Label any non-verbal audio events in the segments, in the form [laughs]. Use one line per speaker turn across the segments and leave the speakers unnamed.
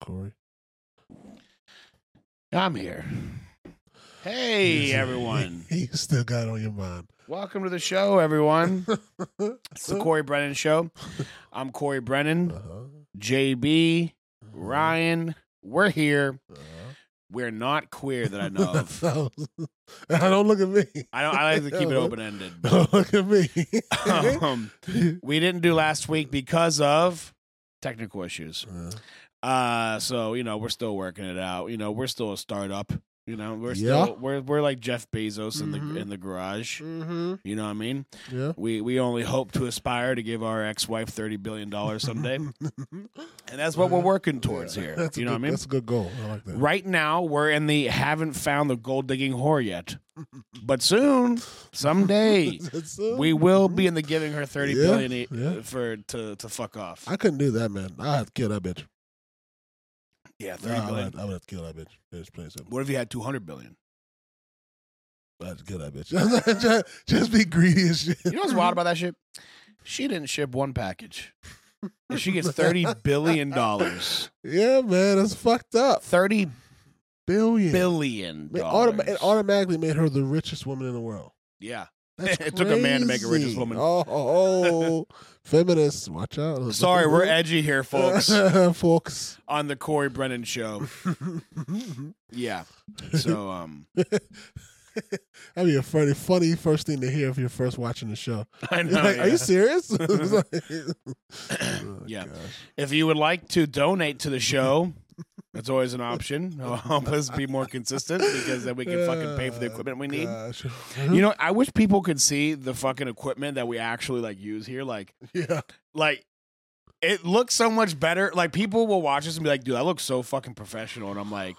Corey.
I'm here. Hey, everyone.
[laughs] He still got it on your mind.
[laughs] Welcome to the show, everyone. It's the Corey Brennan Show. I'm Corey Brennan,
Uh-huh.
JB, Ryan. We're here.
Uh-huh.
We're not queer that I know
[laughs]
of.
I don't look at me. [laughs]
I don't. I like to keep it open ended.
Don't look at
[laughs]
me. Uh-huh.
Um, we didn't do last week because of technical issues.
Uh,
Uh, so you know we're still working it out. You know we're still a startup. You know we're
Yeah.
still we're we're like Jeff Bezos in
Mhm.
the in the garage. You know what I mean?
Yeah.
We we only hope to aspire to give our ex wife thirty billion dollars
[laughs]
someday, and that's what we're working towards
Yeah,
here.
That's a
You know
good,
what I mean?
That's a good goal. I like that.
Right now we're in the haven't found the gold digging whore yet, but soon,
[laughs] [laughs]
someday.
That's, uh,
We will be in the giving her thirty
Yeah,
billion e-
yeah.
for to to fuck off.
I couldn't do that, man. I had to kill that bitch.
yeah,
Nah,
thirty
I,
billion.
would, I would have to kill that bitch. Bitch, please.
What if you had two hundred
[laughs]
billion?
I had to kill that bitch. [laughs] just, just be greedy as shit.
You know what's wild about that shit? She didn't ship one package. And she gets
[laughs]
thirty billion dollars.
[laughs] Yeah, man. That's fucked up.
Thirty
Billion.
billion
It,
dollars.
autom- it automatically made her the richest woman in the world.
yeah. [laughs]
That's
It took a man to make a
crazy.
richest woman.
Oh, oh, [laughs] oh. feminists, watch out!
[laughs] Sorry,
[laughs]
we're edgy here, folks,
folks. [laughs]
on the Corey Brennan show. Yeah. So um [laughs]
That'd be a funny, funny first thing to hear if you're first watching the
[laughs]
show.
I
You're
know.
like, Are
Oh, yeah.
you
[laughs]
serious? [laughs] It's like- [laughs] Oh,
[coughs] Yeah.
gosh.
If you would like to donate to the show, that's always an option. [laughs] It'll help us be more consistent because then we can fucking pay for the
Oh,
equipment we need.
gosh. [laughs]
You know, I wish people could see the fucking equipment that we actually like use here. Like,
yeah,
like it looks so much better. Like people will watch this and be like, "Dude, that looks so fucking professional." And
[laughs]
I'm like,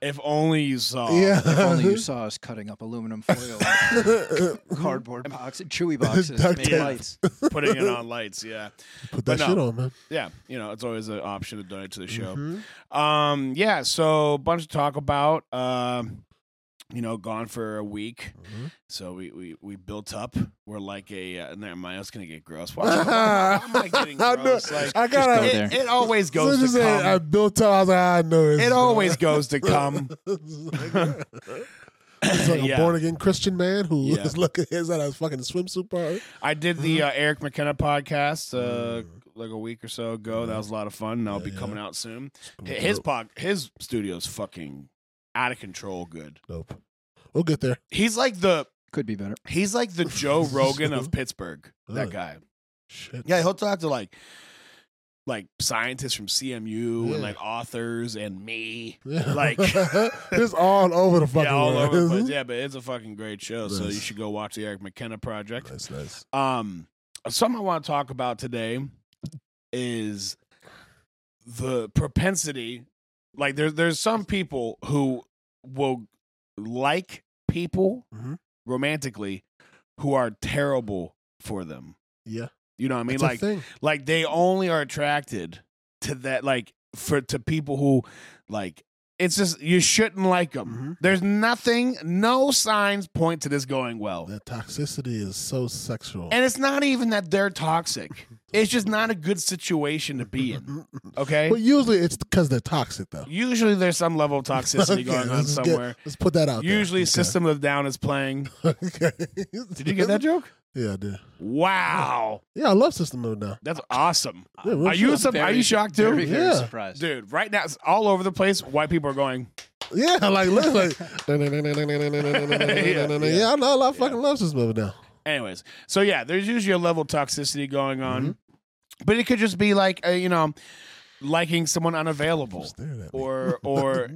"If only you saw."
yeah.
If only
[laughs]
you saw us cutting up aluminum foil, and cardboard box, chewy boxes,
Duct
made
tape.
lights.
Putting [laughs] it on lights. Yeah,
Put
But
that
no.
shit on, man.
yeah. You know, it's always an option to donate to the show.
Mhm.
Um, yeah. So bunch to talk about. Um, you know, gone for a week.
Mhm.
So we we we built up. We're like a. Uh, never mind. I was gonna get gross. Why am I- why am [laughs] I getting
I know.
gross? Like,
I gotta.
go there.
it, it always
So
goes
just
to
say,
cum.
I built up. I was like, I know it's
it [laughs] always goes to cum.
It's like
Yeah.
a born again Christian man who is
Yeah.
looking is at a fucking swimsuit party.
I did the uh, Eric McKenna podcast uh, like a week or so ago. That was a lot of fun. And I'll
Yeah,
be
yeah.
coming out soon.
Mm,
Hi- His pod, his studio's fucking out of control. Good.
dope. We'll get there.
He's like the
Could be better.
he's like
[laughs]
the Joe Rogan of Pittsburgh. That guy.
Shit. [laughs]
Yeah, he'll talk to like like scientists from CMU
Yeah.
and like authors and me.
Yeah.
Like-
it's all over the fucking
[laughs] yeah, all
world.
over the place. Yeah, but it's a fucking great show. So
Nice.
you should go watch the Eric McKenna
[laughs]
project.
Nice, nice.
Um, something I want to talk about today is the propensity. Like there's there's some people who will like people
Mhm.
romantically who are terrible for them.
Yeah.
You know what I mean?
It's
like
a thing.
like they only are attracted to that like for to people who like it's just you shouldn't like them.
Mhm.
There's nothing, no signs point to this going well.
That toxicity is so sexual.
And it's not even that they're toxic. It's just not a good situation to be in. Okay.
Mm-hmm. But usually it's because they're toxic,
[laughs]
though.
Usually there's some level of
[laughs]
toxicity
Okay,
going on
let's get-
somewhere.
let's put that out. there.
Usually
Okay.
System of a Down is playing.
[laughs] okay.
Did you get that joke?
Yeah, I did.
Wow.
Yeah, I love System Mode now.
That's awesome.
[laughs] Yeah, real
Are you
shit.
some, are you shocked too?
Very, very
Yeah.
surprised.
Dude, right now it's all over the place. White people are going,
Yeah, [laughs] like look,
[laughs]
like
Yeah,
yeah,
yeah.
I know I fucking love this movie now.
anyways. So yeah, there's usually a level of toxicity going on.
Mm-hmm.
But it could just be like, uh, you know, liking someone unavailable
Staring at me.
or,
[laughs]
or,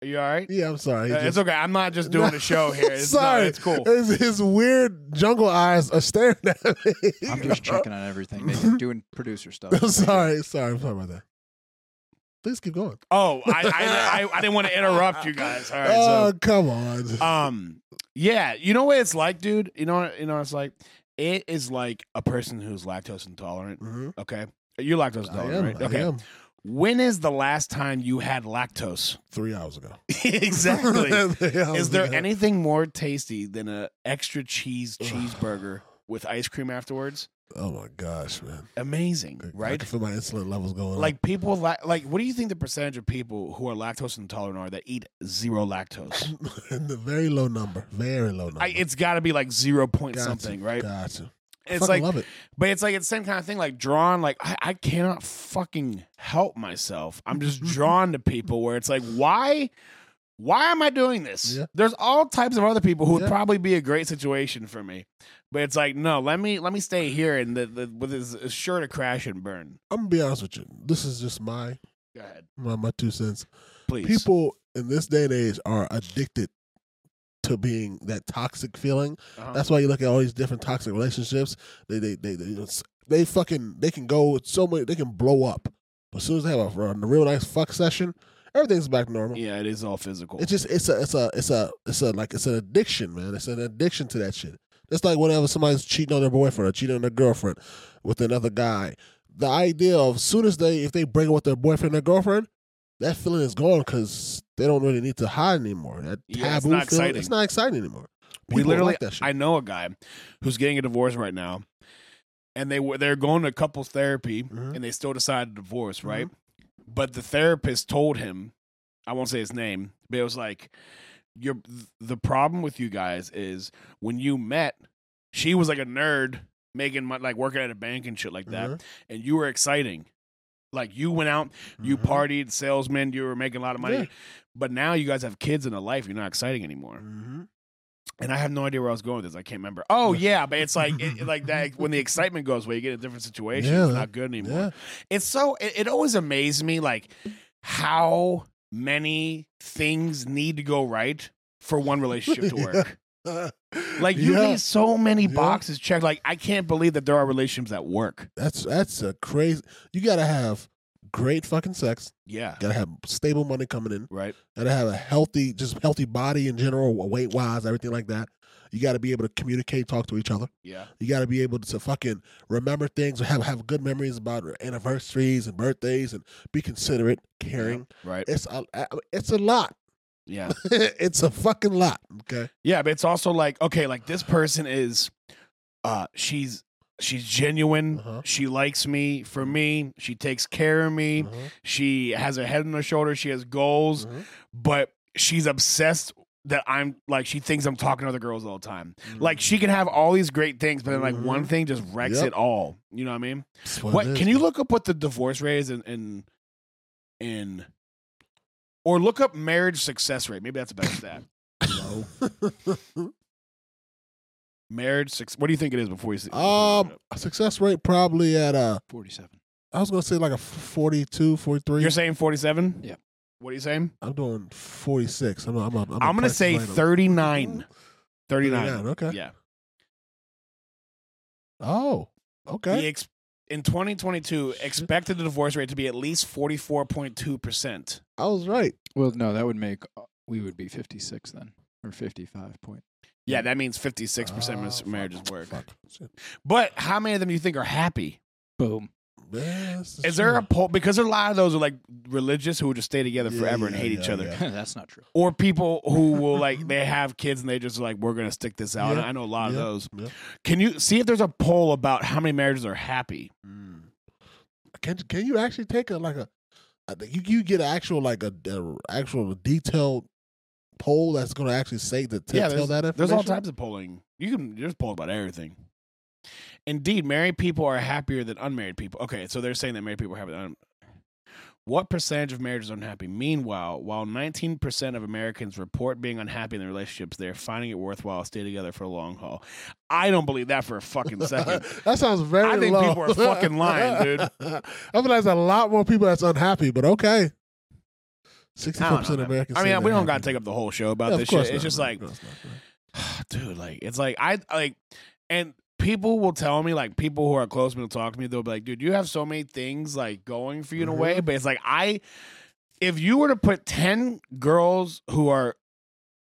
you all right?
yeah, I'm sorry. He
Uh, it's
just-
okay. I'm not
[laughs]
just doing a show here. It's
sorry,
No, it's cool.
His, his weird jungle eyes are staring at me.
I'm just checking on everything, man. doing producer stuff.
[laughs] I'm sorry, sorry, I'm sorry about that. Please keep going.
Oh, I, I,
[laughs]
I, I didn't want to interrupt you guys. All right.
oh, come on.
So, um, yeah, you know what it's like, dude. You know, what- you know, what it's like it is like a person who's lactose intolerant.
Mhm.
Okay, you're lactose
I
intolerant,
am.
right?
I
Okay.
am.
When is the last time you
[laughs]
had lactose?
Three hours ago.
exactly.
[laughs] Three hours
Is there
ago.
anything more tasty than a extra cheese cheeseburger with ice cream afterwards?
Oh my gosh, man!
Amazing,
I- I
right?
can feel my insulin levels going [laughs]
Like people la- like what do you think the percentage of people who are lactose intolerant are that eat zero lactose?
up. the very low number, very low number.
I, it's got to be like zero point
Gotcha,
something, right?
Gotcha. I
It's
fucking
like,
love it.
but it's like it's the same kind of thing. Like drawn, like I, I cannot fucking help myself.
[laughs]
I'm just drawn to people where it's like, why, why am I doing this?
Yeah.
There's all types of other people who would
Yeah.
probably be a great situation for me, but it's like, no, let me let me stay here and the, the, with this is sure to crash and burn.
I'm gonna be honest with you. This is just my
Go ahead,
my, my two cents.
please.
People in this day and age are addicted to being that toxic feeling.
Uh-huh.
That's why you look at all these different toxic relationships. They they they they, they fucking they can go with so many. They can blow up. But as soon as they have a, a real nice fuck session, everything's back to normal.
yeah, it is all physical.
It's just it's a it's a it's a it's a like it's an addiction, man. It's an addiction to that shit. It's like whenever somebody's cheating on their boyfriend or cheating on their girlfriend with another guy. The idea of soon as they if they break up with their boyfriend or girlfriend, that feeling is gone because they don't really need to hide anymore. That taboo
Yeah, it's
feeling,
not
it's
exciting.
not exciting anymore.
we
People
literally
like that shit.
i know a guy who's getting a divorce right now and they were they're going to couples therapy
Mhm.
and they still decided to divorce right but the therapist told him i won't say his name but it was like your the problem with you guys is when you met she was like a nerd making mon- like working at a bank and shit like that
Mhm.
and you were exciting like you went out you
Mhm.
partied salesman you were making a lot of money
Yeah.
but now you guys have kids and a life you're not exciting anymore
Mhm.
and I have no idea where I was going with this. I can't remember. Oh yeah, but it's like it, like
[laughs]
that when the excitement goes away, you get a different situation.
Yeah,
it's
that-
not good anymore.
Yeah.
It's so it, it always amazed me like how many things need to go right for one relationship to work. [laughs] Like you
[laughs] Yeah.
need so many
Yeah.
boxes checked. Like I can't believe that there are relationships that work.
that's that's a crazy. You gotta have great fucking sex.
Yeah.
Gotta have stable money coming in.
Right.
Gotta have a healthy, just healthy body in general, weight wise, everything like that. You gotta be able to communicate, talk to each other.
Yeah.
You gotta be able to fucking remember things, have have good memories about anniversaries and birthdays, and be considerate, caring.
Right.
It's a I- it's a lot. [laughs]
Yeah.
it's a fucking lot. Okay.
Yeah, but it's also like okay, like this person is, uh, she's she's genuine.
Uh-huh.
She likes me for me. She takes care of me.
Uh-huh.
She has her head on her shoulder. She has goals,
Uh-huh.
but she's obsessed that I'm like she thinks I'm talking to other girls all the time. Like she can have all these great things, but then like one
Mhm.
thing just wrecks
Yep.
it all. You know what I mean?
That's it
What
is,
can you
man.
look up what the divorce rate is in in, in or look up marriage success rate. Maybe that's a better stat.
[laughs]
Marriage success. What do you think it is before you see?
[laughs] Um, success rate probably at uh,
Forty-seven.
I was gonna say like a 42, 43.
You're saying 47?
Yeah.
What are you saying?
I'm doing 46. I'm, I'm, I'm,
I'm, going to say 39. 39.
39, okay.
Yeah.
Oh,
The
okay.
ex- in 2022, expected the divorce rate to be at least 44.2%.
I was right.
Well, no, that would make uh, we would be fifty-six then, or fifty-five point.
Yeah, that means 56% of
Oh,
mis-
Mm. fuck,
marriages work.
Fuck. Shit.
But how many of them do you think are happy?
Boom. [laughs]
Man, this
Is there a
true.
poll? Because a lot of those are like religious who would just stay together
Yeah,
forever and
yeah,
hate each
yeah,
other.
yeah.
That's not true.
Or people who
[laughs]
will like, they have kids and they just like, we're going to stick this out.
Yeah,
I know a lot of
yeah,
those.
yeah.
Can you see if there's a poll about how many marriages are happy?
Hmm. Can can you actually take a like a I think you you get an actual like a, a actual detailed poll that's gonna actually say to t-
Yeah,
tell that information?
There's all types of polling. You can there's poll about everything. Indeed, married people are happier than unmarried people. Okay, so they're saying that married people are happier than un- what percentage of marriage is unhappy? Meanwhile, while 19% of Americans report being unhappy in their relationships, they're finding it worthwhile to stay together for a long haul. I don't believe that for a
[laughs]
fucking second.
that sounds very.
I think
low.
people are fucking lying,
[laughs]
dude.
I feel like there's a lot more people that's unhappy, but okay.
I,
Sixty-four
don't know,
percent of
man.
Americans.
I
say
mean, we
they're
don't got
happy.
to take up the whole show about
Yeah, of
this
course
shit.
not,
It's just
no,
like,
of course not, no.
[sighs] dude, like it's like I like, and people will tell me like people who are close to me will talk to me. They'll be like, dude, you have so many things like going for you in a way,
Mm-hmm.
but it's like I, if you were to put ten girls who are,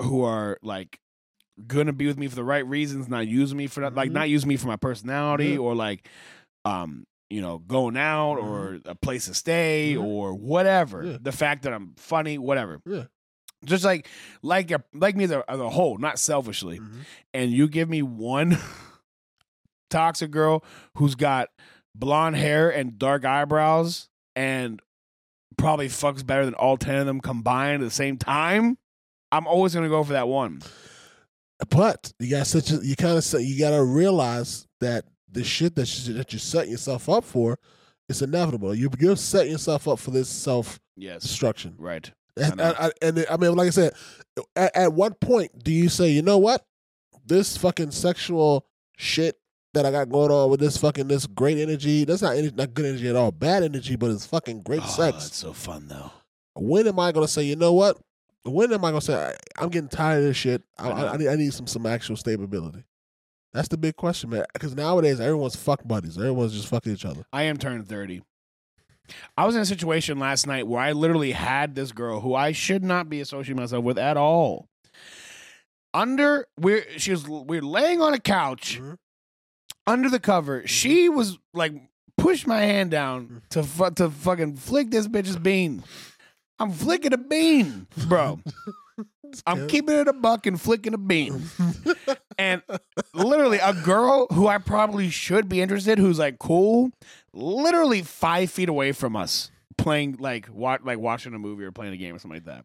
who are like gonna be with me for the right reasons, not using me for that, like
Mhm.
not using me for my personality
Yeah.
or like, um. You know, going out
Mhm.
or a place to stay
Mhm.
or whatever.
Yeah.
The fact that I'm funny, whatever.
Yeah.
Just like like Mm-hmm. a, like me as a, as a whole, not selfishly and you give me one [laughs] toxic girl who's got blonde hair and dark eyebrows and probably fucks better than all 10 of them combined at the same time, I'm always going to go for that one.
But you got such a, you kind of you got to realize that the shit that you, that you're setting yourself up for is inevitable. You, you're setting yourself up for this self
Yes.
destruction.
Right.
And,
I know.
I, I- and it- I mean, like I said, at, at what point do you say, you know what, this fucking sexual shit that I got going on with this fucking this great energy, that's not any, not good energy at all, bad energy, but it's fucking great sex.
It's Oh, so fun, though.
When am I gonna say, you know what? When am I gonna say I, I'm getting tired of this shit? I,
I know.
I, I need I need some some actual stability. That's the big question, man. Because nowadays everyone's fuck buddies. Everyone's just fucking each other.
I am turning 30. I was in a situation last night where I literally had this girl who I should not be associating myself with at all. Under we're she was we're laying on a couch
Mhm.
under the cover. She was like pushed my hand down to fu- to fucking flick this bitch's bean. I'm flicking a bean, bro. I'm keeping it a buck and flicking a bean. and literally, a girl who I probably should be interested, who's like cool, literally five feet away from us, playing like wa- like watching a movie or playing a game or something like that.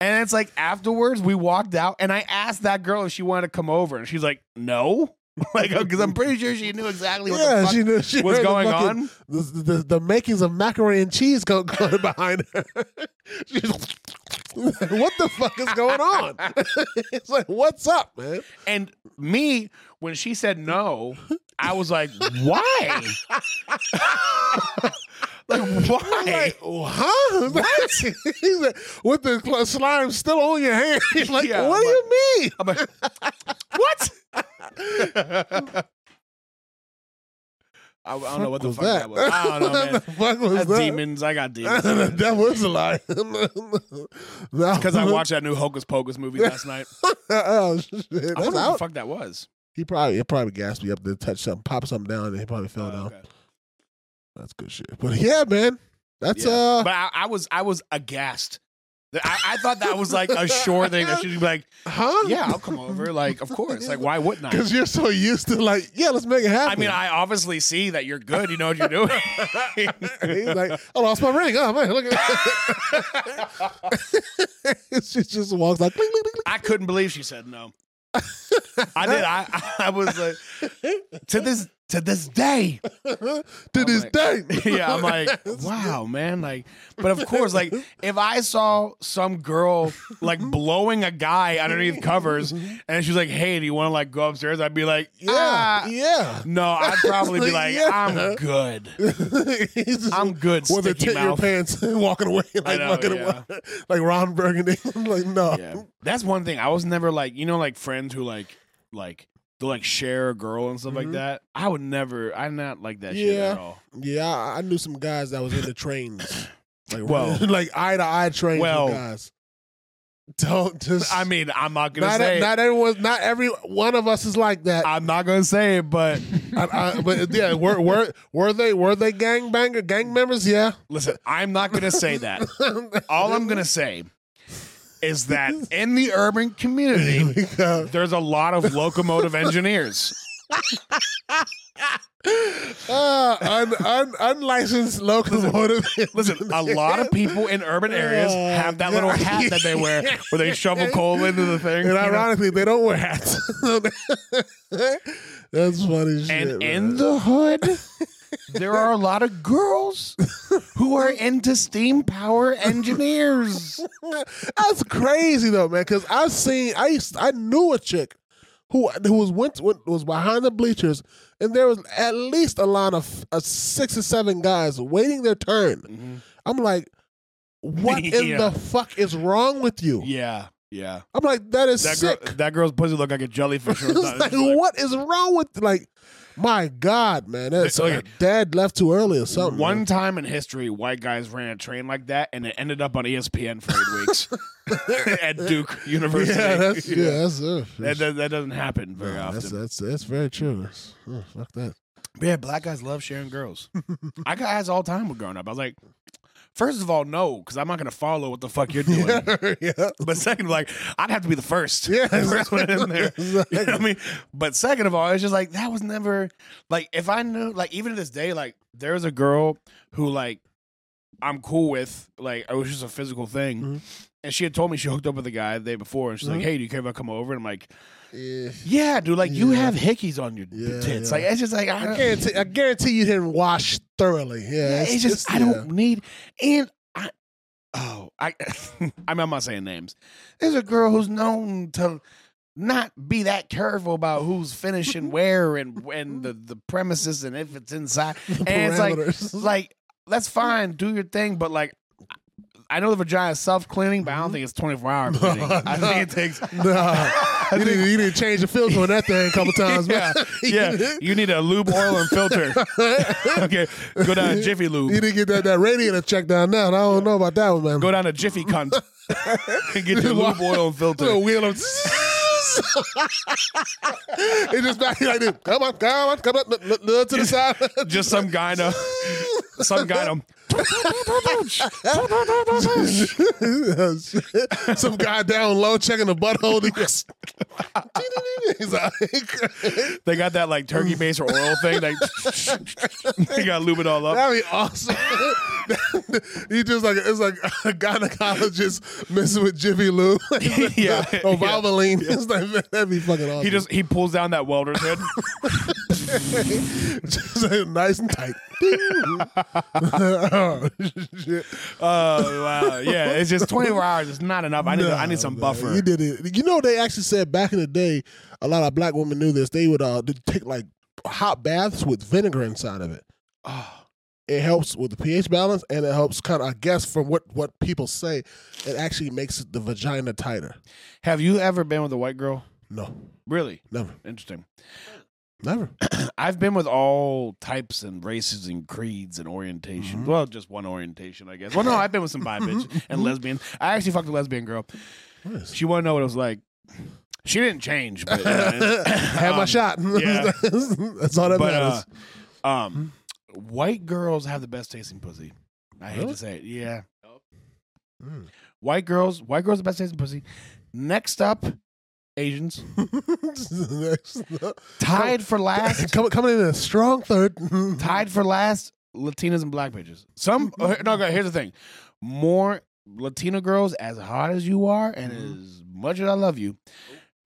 And it's like afterwards, we walked out, and I asked that girl if she wanted to come over, and she's like, "No," [laughs] like because I'm pretty sure she knew exactly what the
yeah,
fuck
she knew she
was
heard the
going
fucking-
on.
the, the, the makings of macaroni and cheese go, [laughs] going behind her. She's [laughs] like, what the fuck is going on? [laughs] it's like, what's up, man?
And me, when she said no, I was like,
[laughs]
why? [laughs] like, why?
I'm like,
[laughs]
huh? [laughs] What? He's like, with the cl- slime still on your hand. [laughs] He's like,
Yeah,
what
I'm
do you mean?
I'm like, what? I, I don't know what the
was
fuck that? was. I don't know,
[laughs] what
man.
the fuck was
That's
that? [laughs]
demons. I got demons.
that was a lie. [laughs]
Because I watched that new Hocus Pocus movie last night.
[laughs] oh, shit. That's
I wonder what the
out.
fuck that was.
He probably, it probably gassed me up to touch something, pop something down, and he probably fell
Uh,
down.
okay.
That's good shit. But yeah, man, that's
Yeah.
uh.
But I, I was I was aghast. I, I thought that was like a sure thing that she'd be like,
Huh?
yeah, I'll
[laughs]
come over. Like, of course. Like, why wouldn't I?
Because you're so used to like, yeah, let's make it happen.
I mean, I obviously see that you're good. You know what you're doing.
[laughs] He's like, I lost my ring. Oh man, look at that. [laughs] she just walks like, "Bling, bling, bling,
I couldn't believe she
[laughs]
said no. I did. I, I was like, to this to this day. [laughs]
bling," to
I'm
this
like-
day.
[laughs] Yeah, I'm like, wow, man. Like, but of course, like if I saw some girl like blowing a guy
[laughs]
underneath covers, and she's like, hey, do you want to like go upstairs? I'd be like,
[laughs] yeah,
yeah.
yeah. [laughs]
No, I'd probably be like,
Yeah. [laughs]
I'm good.
He's just
I'm good.
with a
Sticky
tit in your
mouth.
pants and walking away [laughs] like
know,
fucking
yeah.
[laughs] like Ron Burgundy. [laughs] I'm like, no.
Yeah. [laughs] That's one thing. I was never like, you know, like friends who like like they'll like share a girl and stuff like
Mhm.
that. I would never I'm not like that shit
Yeah.
at all.
Yeah, I, I knew some guys that was in the
[sighs]
trains, like
Well-
[laughs] like eye to eye trains.
Well-
with guys, don't just.
I mean, I'm not gonna
not,
say it.
not everyone, not every one of us is like that.
I'm not gonna say it, but
I, I, but yeah, were were were they were they gang banger gang members? Yeah. [laughs]
listen, I'm not gonna say that. All I'm gonna say is that in the urban
Here
community,
we go.
there's a lot of locomotive engineers.
Ah, un, un, unlicensed locomotive.
Listen, a lot of people in urban areas
Oh,
have that little
God.
hat that they wear where they shovel coal into the thing.
and
you know?
ironically, they don't wear hats. [laughs] That's funny shit.
and in
man. [laughs]
the hood there are a lot of girls
[laughs]
who are into steam power engineers
[laughs] That's crazy though, man. Because I've seen, I used, I knew a chick who who was went went- was behind the bleachers, and there was at least a line of uh, six or seven guys waiting their turn. I'm like,
[laughs]
what in
Yeah.
the fuck is wrong with you?
yeah yeah
I'm like, that is
that girl [laughs]
sick. [laughs]
that girl's pussy look like a jellyfish or
it's
something.
like,
It's like,
what is wrong with like, my God, man, that's
Okay.
like dad left too early or something.
[laughs] one
man.
time in history white guys ran a train like that and it ended up on E espn for
[laughs]
eight weeks at duke university
yeah, that's yeah, that's
[laughs]
uh,
That, that, that doesn't happen
no,
very often.
that's, that's that's very true. That's- oh,
[laughs]
fuck that. [laughs]
But yeah, black guys love sharing girls. I got asked all the time with growing up. I was like, First of all, no, because I'm not gonna follow what the fuck you're doing.
[laughs] yeah.
But second, like I'd have to be the first.
Yeah,
[laughs] first one in there. You know what I
Exactly.
mean? But second of all, it's just like that was never like if I knew like even to this day, like there's a girl who like I'm cool with, like it was just a physical thing.
Mhm.
And she had told me she hooked up with a guy the day before and she's
Mhm.
like, Hey, do you care if I come over? And I'm like,
Yeah.
Yeah, dude, like you
Yeah.
have hickeys on your
Yeah,
tits.
yeah.
Like it's just like I,
I
don't-
guarantee, I guarantee you didn't wash thoroughly. Yeah,
yeah, it's, just, I
yeah.
don't need and I oh I [laughs] I mean I'm not saying names. There's a girl who's known to not be that careful about
[laughs]
who's finishing where and and the, the premises and if
[laughs]
it's inside. And it's like
Parameters. [laughs]
like that's fine, do your thing, but like I know the vagina is self cleaning, but I
Mm-hmm.
don't think it's
[laughs]
24 hour cleaning. I think it takes. [laughs]
nah.
I
You
think-
didn't, you didn't change the filter on that thing a
[laughs]
couple times, man. [laughs]
yeah, you need a lube, oil, and filter. okay, go down to Jiffy Lube.
You didn't get that, that radiator checked down now. and I don't know about that one, man.
Go down to Jiffy
[laughs]
Cunt and get your lube oil
Little
and filter.
wheel of. [laughs] it just back like this. Come on, come on, come on, look, look, look to the side.
[laughs] [laughs] Just some guy in a some guy in
[laughs] Some guy down low checking the butthole. [laughs] He's like, [laughs]
a, they got that like
Mm.
turkey base or oil thing. Like
[laughs]
[laughs] you got to lube it all up.
that'd be awesome. [laughs] he just like it's like a gynecologist messing with Jiffy Lou. [laughs]
[laughs] Yeah,
or
yeah.
Valvoline. It's like, man, that'd be fucking awesome.
He just he pulls down that welder's hood.
[laughs] Just like, nice and
[laughs]
tight. [laughs] oh, [laughs] shit.
Oh wow, yeah. It's just 24 hours. It's not enough. I need I need some
Nah, Oh, man,
buffer.
You did it. You know they actually said back in the day, a lot of black women knew this. They would uh they'd take like hot baths with vinegar inside of it.
Oh,
It helps with the pH balance, and it helps kind of I guess from what what people say, it actually makes the vagina tighter.
have you ever been with a white girl?
No,
Really
never,
interesting. [coughs]
never.
I've been with all types and races and creeds and orientations.
Mm-hmm.
Well, just one orientation, I guess. Well, no, I've been with some
[laughs]
bi bitch and lesbian. I actually fucked a lesbian girl.
Nice.
She wanted to know what it was like. She didn't change, but,
[coughs] [laughs] Had my
Um,
shot.
yeah.
That's all that
but uh,
matters. Hmm.
um, white girls have the best tasting pussy. I hate
Really?
to say it. Yeah,
Mm.
white girls, white girls, the best tasting pussy. Next up, Asians, [laughs]
[laughs]
tied for last.
Coming coming in a strong third.
tied for last Latinas and black bitches. Some oh,
Mm-hmm.
here- no, okay, here's the thing: more Latina girls, as hot as you are, and
Mhm.
as much as I love you,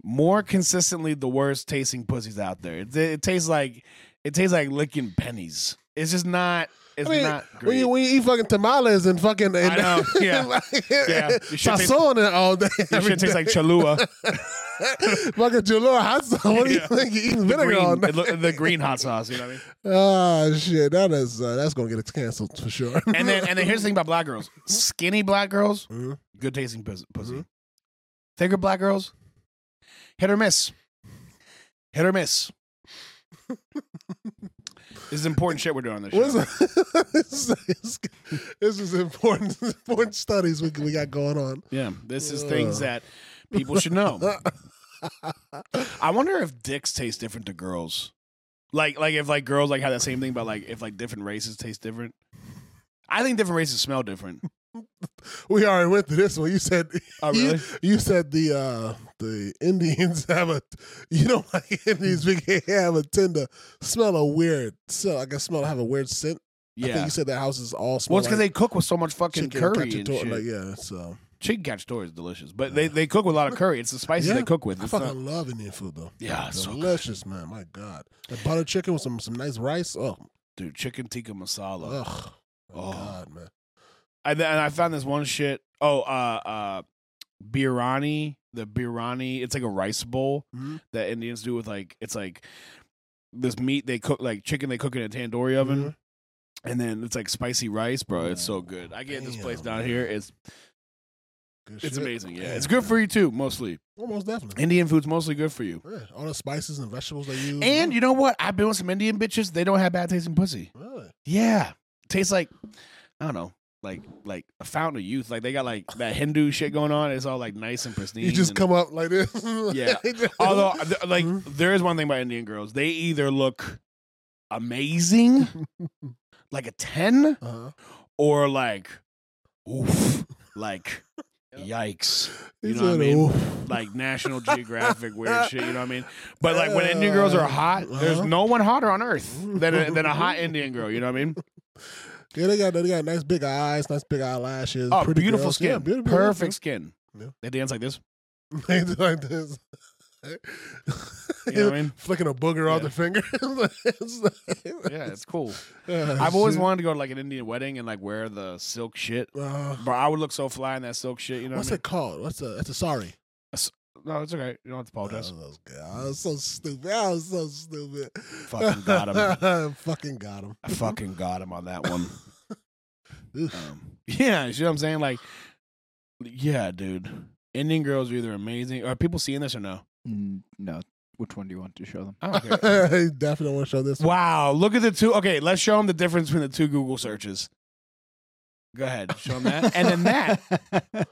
more consistently the worst tasting pussies out there. It, it tastes like it tastes like licking pennies. It's just not. It's
I mean,
not
When
great.
you, when you eat fucking tamales and fucking and, [laughs]
I know, yeah.
like,
Yeah.
[laughs] yeah,
Your shit tastes-
sazon and all day.
That shit tastes like Cholula.
[laughs] fucking Jalora hot sauce. What do you
Yeah.
think you eating
The
vinegar
green,
on?
it look- the green hot sauce. You know what I mean?
Ah, shit, that is uh, that's gonna get us canceled for sure.
And
[laughs]
then and then here's the thing about black girls:
Mm-hmm.
skinny black girls,
Mhm.
good tasting pussy. pussy.
Mhm.
Thicker black girls, hit or miss. Hit
[laughs]
or miss. this is important shit we're doing on this
What's
show.
[laughs] this? is- This is important [laughs] important studies we we got going on. [laughs]
Yeah, this is
Ugh.
things that people
[laughs]
should know. I wonder if dicks taste different to girls. Like, like if like girls like have that same thing, but like if like different races taste different. I think different races smell different.
We already went through this one. You said
Oh,
you-
really?
You, said the uh the Indians [laughs] have a you don't like [laughs] Indians because
Mm-hmm.
they [laughs] have a tend to smell a weird so I guess smell have a weird scent. I think
Yeah.
you said that houses all smell
Well, it's because
like
they cook with so much fucking
chicken
curry and
cacciatore,
shit.
like, yeah, so
Chicken cacciatore is delicious, but they, they cook with a lot of curry. It's the spices
Yeah.
they cook with.
I
It's
fucking
not-
love Indian food though.
yeah, it's so
Delicious, man. My God. That butter chicken with some some nice rice. Oh,
dude, chicken tikka masala.
ugh. My
Oh.
God, man.
And then I found this one shit. Oh, uh, uh, birani, the birani. It's like a rice bowl
Mhm.
that Indians do with like it's like this meat they cook like chicken they cook in a tandoori oven,
Mhm.
and then it's like spicy rice, bro. It's so good. I get this place
Oh, Damn.
down here. It's
Good
it's
shit.
amazing. Yeah,
Damn,
it's good
man. Mm-hmm.
for you too. Mostly
Almost definitely.
Indian food's mostly good for you.
Yeah, all the spices and vegetables they use.
And you know what? I've been with some Indian bitches. They don't have bad tasting pussy.
really?
Yeah. Tastes like I don't know, like like a fountain of youth. Like they got like that Hindu shit going on. It's all like nice and pristine.
You just
and-
come Hmm? up like this. [laughs]
Yeah. [laughs] Although th- like there is one thing about Indian girls. They either look
[laughs]
amazing, like a 10,
uh-huh.
or like oof,
[laughs]
like yikes,
He
You know what I
said,
mean?
"Oof." [laughs]
like National Geographic weird shit. You know what I mean? [laughs] But like when Indian girls are hot, there's
Uh-huh.
no one hotter on earth than a, than
[laughs]
a hot Indian girl. You know what I mean?
Yeah, they got they got nice big eyes, nice big eyelashes.
Oh,
pretty
beautiful
girls.
skin,
Yeah, beautiful girls,
perfect skin.
Yeah.
They dance
[laughs]
like this.
man. They do like this.
You know what I mean?
[laughs] Flicking a booger off
Yeah.
the finger. [laughs]
Yeah, it's cool.
Yeah,
I've always
shit.
wanted to go to like an Indian wedding and like wear the silk shit.
Uh,
Bro, I would look so fly in that silk shit. You know
what's
what
it called? What's a that's a sorry.
I mean? No, it's okay. You don't have to apologize.
I was, good. I was so stupid. I was so stupid.
Fucking got 'em.
[laughs] Fucking got him.
I fucking got him on that
[laughs]
one.
Oof.
Um, yeah, you know what I'm saying? Like, yeah, dude. Indian girls are either amazing. Are people seeing this or no?
Mm, No, which one do you want to show them?
I don't
[laughs]
care.
Definitely don't want to show this.
Wow, look at the two. Okay, let's show them the difference between the two Google searches. Go ahead, show them that, and then
[laughs]
that.
that.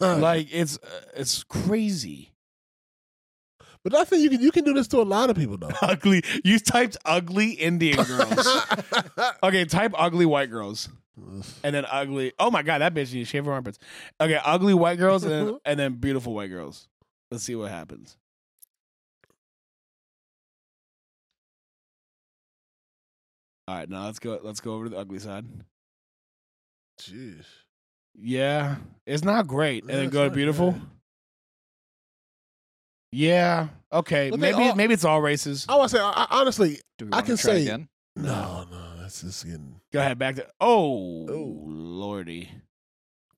Like it's uh, it's crazy.
but I think you can you can do this to a lot of
[laughs]
people though.
[laughs]
[laughs]
Ugly. You typed ugly Indian girls. okay, type ugly white girls, and then ugly. Oh my god, that bitch needs to shave her armpits. Okay, ugly white girls, and then, and then beautiful white girls. Let's see what happens. All right, now let's go. Let's go over to the ugly side.
Jeez.
Yeah, it's not great. And
Yeah,
then
it's
go to
not
beautiful.
great.
Yeah. Okay.
But they
maybe
all- Oh.
maybe it's all races.
I want to say I, I, honestly.
do we
I
want
can
to try
say-
again?
No, no, that's just getting.
Go ahead back to oh
Oh.
lordy.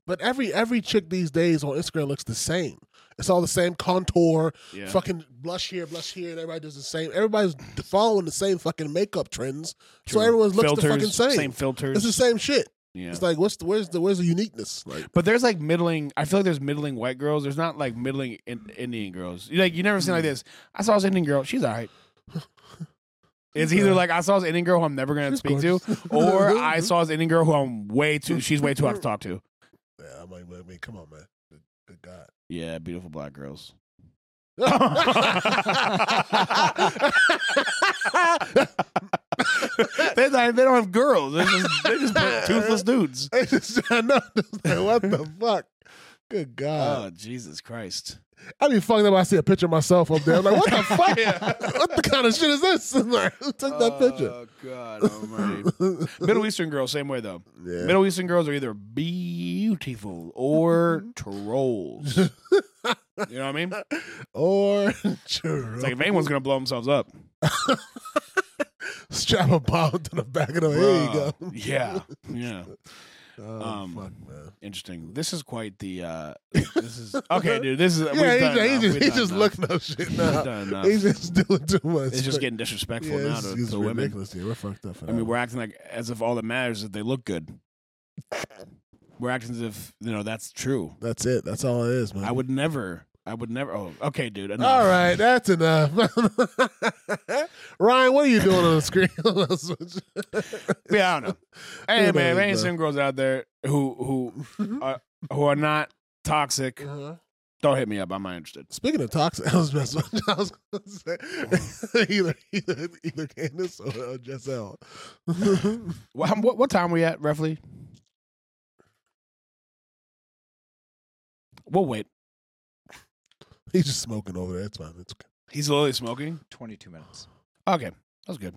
But every every chick these days on Instagram looks the same. It's all the same contour,
Yeah.
fucking blush here, blush here, and everybody does the same. Everybody's following the same fucking makeup trends, so
True.
everyone looks the fucking
Filters,
same.
Same filters.
It's the same shit.
yeah.
It's like what's the where's the where's the uniqueness? Like
but there's like middling. I feel like there's middling white girls. There's not like middling in, Indian girls. You, Like you never seen
Hmm.
like this. I saw this Indian girl. She's
[laughs]
all right. It's either like I saw this Indian girl who I'm never gonna
She's
speak
gorgeous.
to,
[laughs]
or I saw this Indian girl who I'm way too. She's way too hard to talk to.
Yeah, I'm like, I mean, come on, man. Good, good God.
[laughs]
[laughs]
Yeah, beautiful black [laughs] girls. they, they don't have girls. They just, they just
[laughs]
put toothless dudes.
I just, I know, [laughs] just like, what
[laughs]
the fuck? Good God.
Oh Jesus Christ!
I'd be fucked up if I see a picture of myself up there. I'm like, what
[laughs]
the fuck?
Yeah.
What the kind of shit is this? [laughs] I'm like, who took that
Uh,
picture?
Oh, God Almighty! [laughs] Middle Eastern girls, same way though.
Yeah.
Middle Eastern girls are either beautiful
[laughs]
or trolls. you know what I mean?
or [laughs]
It's
churro.
like if anyone's gonna blow
[laughs]
themselves up,
strap a bomb to the back of the head. There you go.
Bruh. Yeah, yeah.
Oh,
Um,
fuck, man.
Interesting. This is quite the. uh This is okay,
[laughs]
dude. This is we've
Yeah, he's,
done enough.
he's, just,
We've
he's
done
just
enough.
looking up shit
[laughs] We've
now.
done enough.
He's just doing too much.
It's just getting
[laughs]
disrespectful
yeah,
now
it's,
to,
it's
to women.
ridiculous, dude. We're fucked up. For
I
that.
mean, we're acting like as if all that matters is that they look good. We're acting as if you know that's true.
That's it. That's all it is, man.
I would never. I would never. Oh, okay, dude. Enough.
All right, that's enough. [laughs] Ryan, what are you doing on the screen?
[laughs]
[laughs]
Yeah, [laughs] I don't know. Hey,
Who
man, if
knows,
any
bro?
some girls out there who [laughs] who are, who are not toxic, don't hit me up. I'm not interested.
uh-huh. Speaking of toxic, [laughs] I was just I was gonna
Uh-huh.
say [laughs] either either either Candace or uh, Giselle. [laughs]
What, what, what time are we at roughly? We'll wait.
He's just smoking over there. It's fine. It's okay.
He's literally smoking.
22 minutes.
Okay, that's good.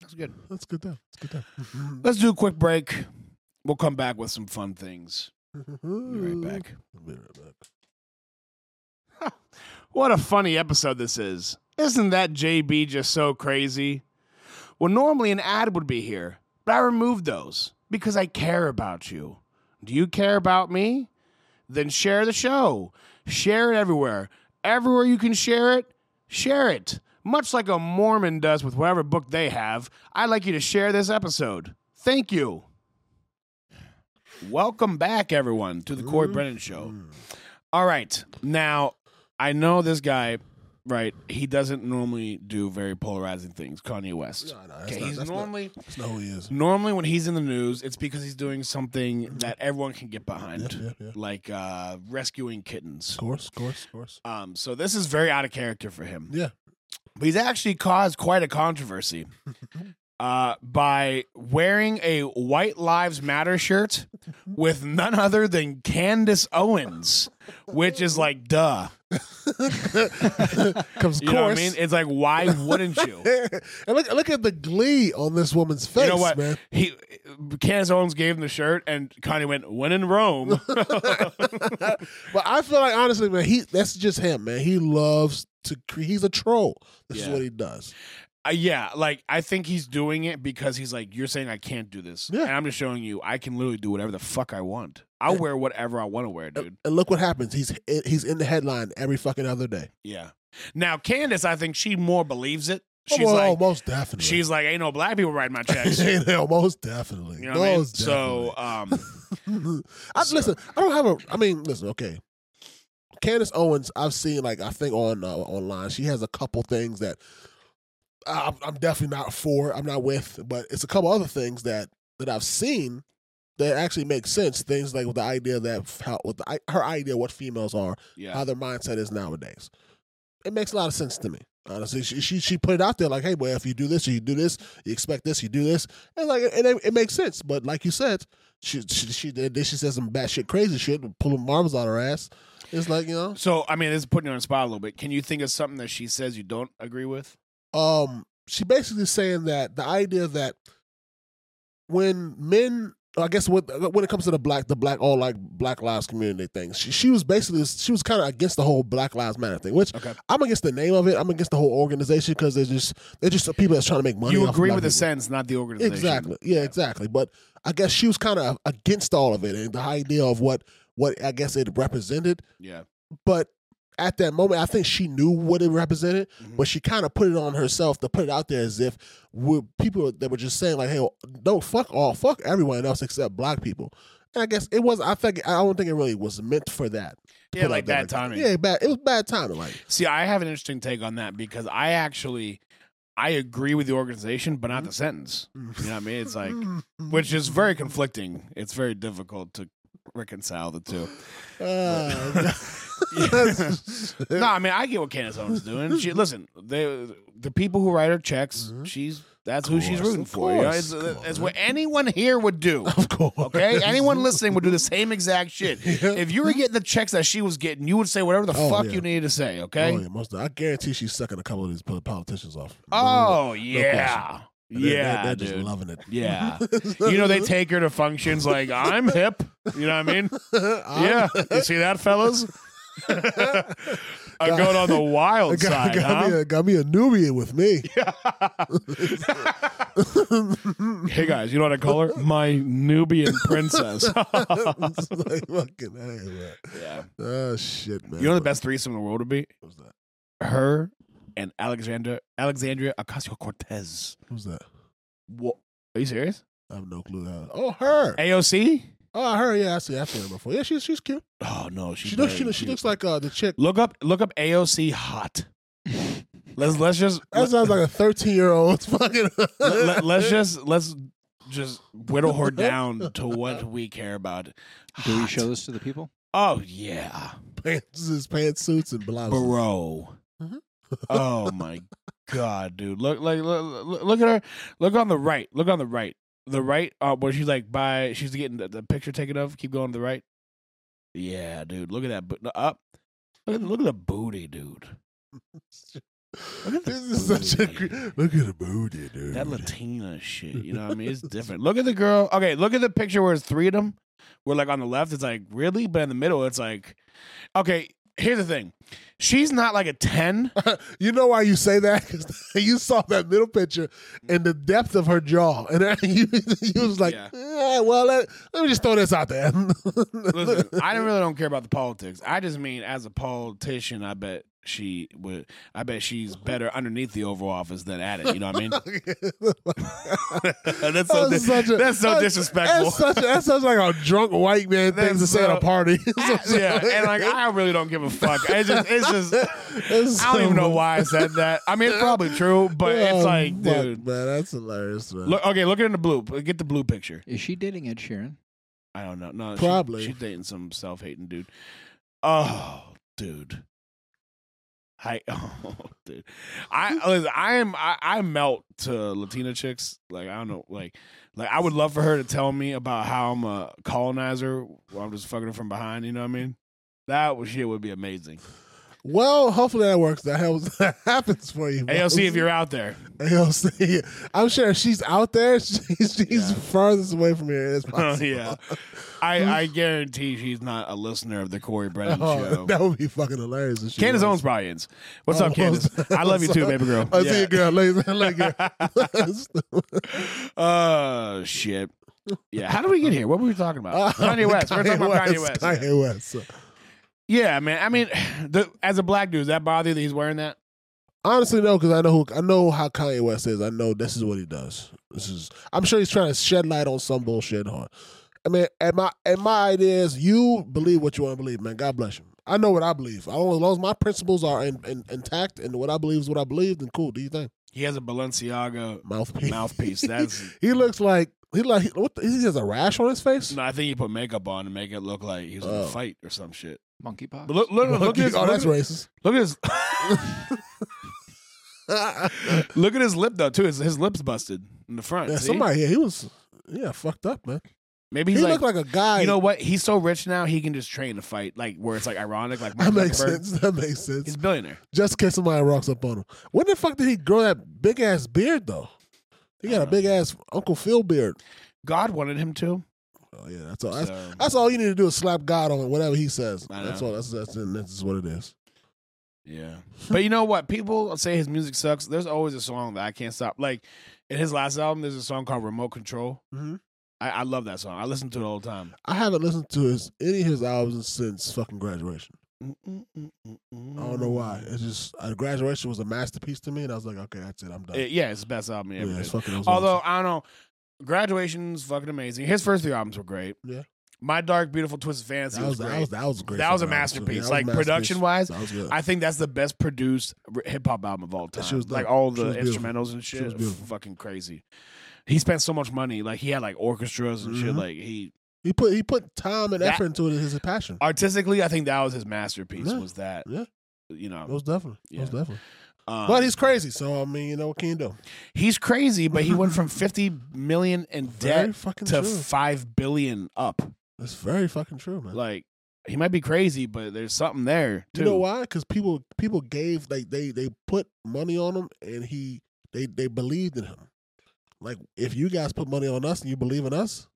That's good.
That's good though. It's good though.
Let's do a quick break. We'll come back with some fun things. Be right back.
I'll [laughs] be right back.
What a funny episode this is. Isn't that JB just so crazy? Well, normally an ad would be here, but I removed those because I care about you. Do you care about me? Then share the show. Share it everywhere. Everywhere you can share it, share it. Much like a Mormon does with whatever book they have, I'd like you to share this episode. Thank you. Welcome back, everyone, to the Corey Brennan Show. All right. Now, I know this guy, right? He doesn't normally do very polarizing things, Kanye West.
No, no, that's
okay,
not-
he's
that's not-
normally
That's not who he
[laughs]
is.
normally when he's in the news, it's because he's doing something that everyone can get behind,
Yeah, yeah, yeah.
like uh, rescuing kittens.
Of course, of course, of course.
Um, so this [laughs] is very out of character for him.
Yeah. [laughs]
But he's actually caused quite a controversy. uh, by wearing a White Lives Matter shirt with none other than Candace Owens, which is like, duh.
Comes course.
You know what I mean? It's like, why wouldn't you?
[laughs] and look, look at the glee on this woman's face,
You know what?
man.
He Candace Owens gave him the shirt, and Kanye went, "When in Rome."
But I feel like honestly, man, he that's just him, man. He loves to. cre- He's a troll. This is
Yeah.
what he does.
Uh, yeah, like I think he's doing it because he's like, you're saying I can't do this,
Yeah.
and I'm just showing you I can literally do whatever the fuck I want. I'll
Yeah. Uh,
wear whatever I want to wear, dude.
And look what happens. He's he's in the headline every fucking other day.
Yeah. Now Candace, I think she more believes it. She's
oh, well, [laughs]
like,
almost definitely.
she's like, ain't no black people
[laughs]
writing my checks. you
Yeah, almost definitely.
know what I mean?
Most
So, um,
[laughs] definitely. I listen. I don't have a. I mean, listen. Okay, Candace Owens. I've seen like I think on uh, online. She has a couple things that I'm, I'm definitely not for. I'm not with. But it's a couple other things that that I've seen that actually make sense. Things like with the idea that f- how with the, i- her idea of what females are,
yeah,
how their mindset is nowadays. It makes a lot of sense to me. Honestly, she, she she put it out there like, hey, boy, if you do this, you do this, you expect this, you do this, and like, and it, it makes sense. But like you said, she she she did this. She said some batshit crazy shit, pulling marbles out her ass. It's like you know,
So, I mean, this is putting you on the spot a little bit. Can you think of something that she says you don't agree with?
um, she basically saying that the idea that when men, I guess, with, when it comes to the black, the black all like Black Lives community thing, she she was basically she was kind of against the whole Black Lives Matter thing, which
Okay.
I'm against the name of it. I'm against the whole organization because they're just they're just the people that's trying to make money.
You
off
agree
black
with the
people.
sentence, not the organization.
Exactly. Yeah, exactly. But I guess she was kind of against all of it and the idea of what what I guess it represented.
Yeah.
But at that moment, I think she knew what it represented,
Mhm.
but she kind of put it on herself to put it out there as if we people that were just saying like, "Hey, don't fuck all, fuck everyone else except black people." And I guess it was. I think I don't think it really was meant for that. Put
Yeah,
it
like
out there
bad timing.
Yeah, bad. It was bad timing. Like.
See, I have an interesting take on that because I actually I agree with the organization, but
Mm-hmm.
not the sentence. You know what I mean? It's like which
[laughs]
is very conflicting. It's very difficult to reconcile
[laughs]
the two. [laughs]
Uh, [laughs]
no, I mean I get what Candace Owens is
[laughs]
doing. She listen, they the people who write her checks,
Mhm.
she's that's
Of
who she's
course,
rooting
of
for. You know,
course.
it's, uh,
Come
it's
on,
what anyone here would do.
[laughs] of course.
Okay, anyone listening would
[laughs]
do the same exact shit.
Yeah.
If you were getting the checks that she was getting, you would say whatever the
Oh,
fuck
yeah.
you needed to say. Okay.
Oh, yeah, most of- I guarantee she's sucking a couple of these pol- politicians off.
Oh
question.
yeah,
They're- they're-
yeah,
they're,
dude.
just loving it. [laughs]
yeah. [laughs] You know they take her to functions like I'm hip. You know what I [laughs] mean?
yeah,
Yeah. You see that, [laughs] fellas? I'm going on the [laughs] wild
got,
side,
got
huh?
me a, got me a Nubian with [laughs] me.
[laughs] hey guys, you know what I call her? My Nubian [laughs] princess.
It's [laughs] like, fucking, hey, man.
yeah.
Oh shit, man.
You know the best threesome in the world would be
Who's that?
her and Alexandra Alexandria Ocasio Cortez.
Who's that?
What? Are you serious?
I have no clue. How. Oh, her.
AOC?
Oh, her. Yeah, I see. I've seen her before. Yeah, she's she's cute.
Oh no, she's
She looks she,
very
looks- she
cute.
looks like uh the chick.
Look up look up AOC hot. let's let's just
That
let,
sounds like a thirteen year old. [laughs] Fucking. [laughs]
us just let's just whittle her down to what we care about.
Do we
Hot.
show this to the people?
Oh yeah,
pants, his pantsuits and blouses.
bro.
Mhm.
oh my god, dude! Look like look, look- look at her. Look on the right. Look on the right. The right uh, where she's like by she's getting the, the picture taken of. Keep going to the right. Yeah, dude. Look at that. bo- Up. Look at, look at the booty, dude. Look at the
this is such a
booty.
cr- look at the booty, dude.
That Latina shit, you know what I mean?
[laughs]
It's different. Look at the girl. Okay, look at the picture where it's three of them. Where like on the left, it's like really, but in the middle, it's like, okay. Here's the thing, she's not like
[laughs]
a ten.
you know why you say that? 'Cause [laughs] you saw that middle picture and the depth of her jaw, and [laughs] then you you was like,
Mm. Yeah.
"Eh, well, let, let me just throw this out there. [laughs]
Listen, I don't really don't care about the politics. I just mean as a politician, I bet she would. I bet she's
Uh-huh.
better underneath the Oval Office than at it. You know what
[laughs]
I mean? [laughs] that's so
That's
dis-
such a-
that's so
that's-
disrespectful.
That's such, that sounds like a drunk white man things
That's
to say at a
so-
party.
[laughs]
[laughs]
yeah, and like I really don't give a fuck. It's just, it's
[laughs]
just.
It's
I don't even
so-
know why I said that. I mean, it's probably true, but
Oh,
it's like,
fuck,
dude.
man, that's hilarious, man.
Look, okay, look at it in the blue. Get the blue picture.
Is she dating Ed Sheeran?
I don't know. No, she-
Probably.
she's dating some self-hating dude. Oh, dude. I [laughs] oh, dude, I listen, I am I, I melt to Latina chicks. Like I don't know, like like I would love for her to tell me about how I'm a colonizer. Where I'm just fucking her from behind. You know what I mean? That would, shit would be amazing.
Well, hopefully that works. That, helps, [laughs] that happens for you.
ALC, if you're out there,
[laughs] AOC. I'm sure if she's out there, [laughs] she's, she's
Yeah. Oh,
farthest away from here
[laughs]
as possible. [laughs]
yeah, I I guarantee she's not a listener of the Corey Brennan
Oh,
show.
that would be fucking hilarious. if she
Candace
was.
Owens probably is. What's
Oh,
up, Candace?
what's-
I love you
what's
too,
up?
baby girl.
[laughs] I see
Yeah.
you, girl. Ladies and ladies.
[laughs] Uh, shit. Yeah. How did we get here? What were we
[laughs]
talking about? Kanye West. We're talking about Kanye West. Yeah.
Kanye West.
Yeah, man. I mean, [sighs] the, as a black dude, does that bother you that he's wearing that?
Honestly, no, because I know who I know how Kanye West is. I know this is what he does. This is. I'm sure he's trying to shed light on some bullshit. Huh? I mean, and my and my idea is you believe what you want to believe, man. God bless you. I know what I believe. I don't, as long as my principles are in, in, intact and what I believe is what I believe, then cool. Do you think
He has a Balenciaga
mouthpiece? [laughs]
mouthpiece. That's.
he looks like he like what the, he has a rash on his face.
No, I think he put makeup on to make it look like he was in
Oh.
a fight or some shit.
Monkeypox.
But
[laughs]
look, look, [laughs] look at his,
oh,
look,
that's
at,
racist.
look at his, [laughs]
[laughs]
look at his lip though too. His, his lips busted in the front.
yeah,
see?
somebody here, he was yeah fucked up, man.
Maybe he's
he
like,
looked like a guy.
you know what? He's so rich now he can just train to fight, like where it's like ironic,
[laughs]
like
[laughs] that
Mark
makes
Zuckerberg.
sense. That makes
He's
sense.
a billionaire.
Just in case somebody rocks up on him. When the fuck did he grow that big ass beard though? He
Uh-huh.
got a big ass Uncle Phil beard.
God wanted him to.
Oh yeah, that's all. That's,
So,
that's all you need to do is slap God on whatever he says.
I
That's
know.
all. That's that's that's just what it is.
yeah. But you know what? People say his music sucks. There's always a song that I can't stop. Like in his last album, there's a song called Remote Control.
Mhm.
I, I love that song. I listen to it all the time.
I haven't listened to his any of his albums since fucking graduation. I don't know why. It's just uh, graduation was a masterpiece to me, and I was like, okay, that's it. I'm done.
It- yeah, it's the best album he
yeah,
ever
it's
did.
fucking. that was
Although I don't know, graduation's fucking amazing. His first three albums were great.
Yeah.
My Dark, Beautiful, Twisted Fantasy
That was,
was,
that
great.
was that was great.
That was a
fucking album, too.
masterpiece.
Yeah, that
Like,
was a masterpiece.
production-wise,
that was good.
I think that's the best produced hip hop album of all
That
time.
shit was dope.
like all
She
the
was beautiful.
instrumentals and
She
shit,
was
are
beautiful.
fucking crazy. He spent so much money. Like he had like orchestras and shit.
Mhm.
Like he
he put he put time and
That-
effort into it. His passion.
artistically, I think that was his masterpiece.
Yeah.
Was that
Yeah.
you know?
Most definitely.
Yeah.
Most definitely.
um,
but he's crazy, so I mean, you know what can you do?
he's crazy. But he went from
[laughs]
fifty million in
Very
debt
fucking
to
true.
five billion up.
That's very fucking true, man.
Like he might be crazy, but there's something there too.
you know why? Because people people gave like they they put money on him, and he they they believed in him. Like if you guys put money on us and you believe in us,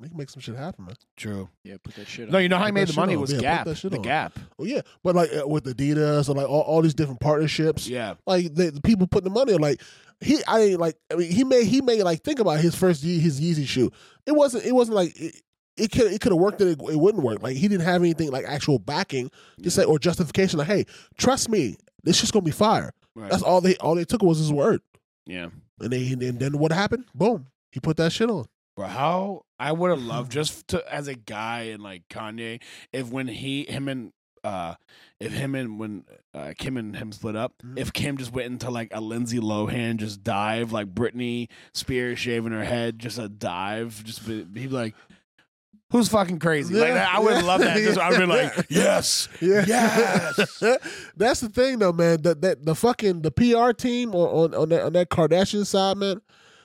we can make some shit happen, man.
True.
yeah, put that shit on.
No, you know how he
Put
made
that
the
shit
money
on.
was
Yeah, put
Gap.
that shit
The
on.
Gap.
Well, yeah, but like uh, with Adidas and like all, all these different partnerships,
Yeah.
like the, the people putting the money on, like he I didn't like I mean he made he made like think about his first Ye- his Yeezy shoe. It wasn't it wasn't like it it could it could have worked and it, it wouldn't work. Like he didn't have anything like actual backing to say oh, or justification like hey trust me this shit's gonna be fire.
Right.
That's all they all they took was his word
yeah.
and they and then what happened? Boom. He put that shit on.
Bro, how I would
[laughs]
have loved just to as a guy and like Kanye, if when he him and uh if him and when uh, Kim and him split up,
Mhm.
if Kim just went into like a Lindsay Lohan just dive like Britney Spears shaving her head, just a dive, just be, he'd be like, "Who's fucking crazy?" Like
Yeah,
that, I
[laughs]
would
yeah,
love that. Just, I'd be like, "Yes,
Yeah.
Yes!
[laughs] That's the thing though, man. That that the fucking the PR team on on, on that on that Kardashian side, man.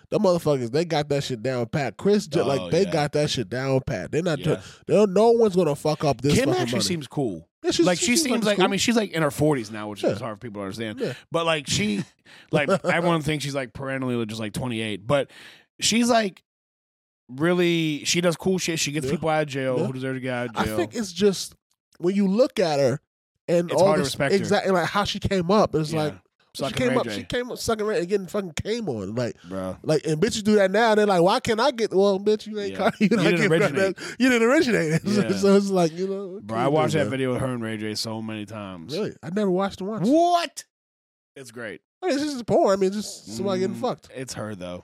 The motherfuckers, they got that shit down pat. Chris, J-
Oh,
like they
yeah.
got that shit down pat. They're not.
Yeah.
They're, no one's gonna fuck up this.
Kim
fucking
actually
money.
seems cool."
Yeah, she's-
like she, seems, like, I
cool.
mean she's like in her forties now, which
Yeah.
is hard for people to understand.
Yeah.
But like she,
[laughs]
like everyone thinks she's like perennially just like twenty eight, but she's like really she does cool shit. She gets
Yeah.
people out of jail
Yeah.
who deserve to get out of
I
jail.
think it's just when you look at her and
It's
all
hard to
this
respect her.
exactly like how she came up. It's
Yeah.
like
Sucking
she came
Ray
up,
J,
she came up sucking red and getting fucking came on like.
bro.
Like and bitches do that now. They're like, why can't I get? Well, bitch, you ain't.
Yeah.
Car- [laughs] you,
You
know,
didn't
I can't-
originate.
You didn't originate [laughs] it. So-
Yeah.
So, it's like you know. what
Bro,
can
I
you do,
watched that
man?
video with her and Ray J so many times.
Really, I never watched it once.
What? It's great.
I mean, it's just porn. I mean, it's just somebody getting
Mm,
fucked.
It's her though.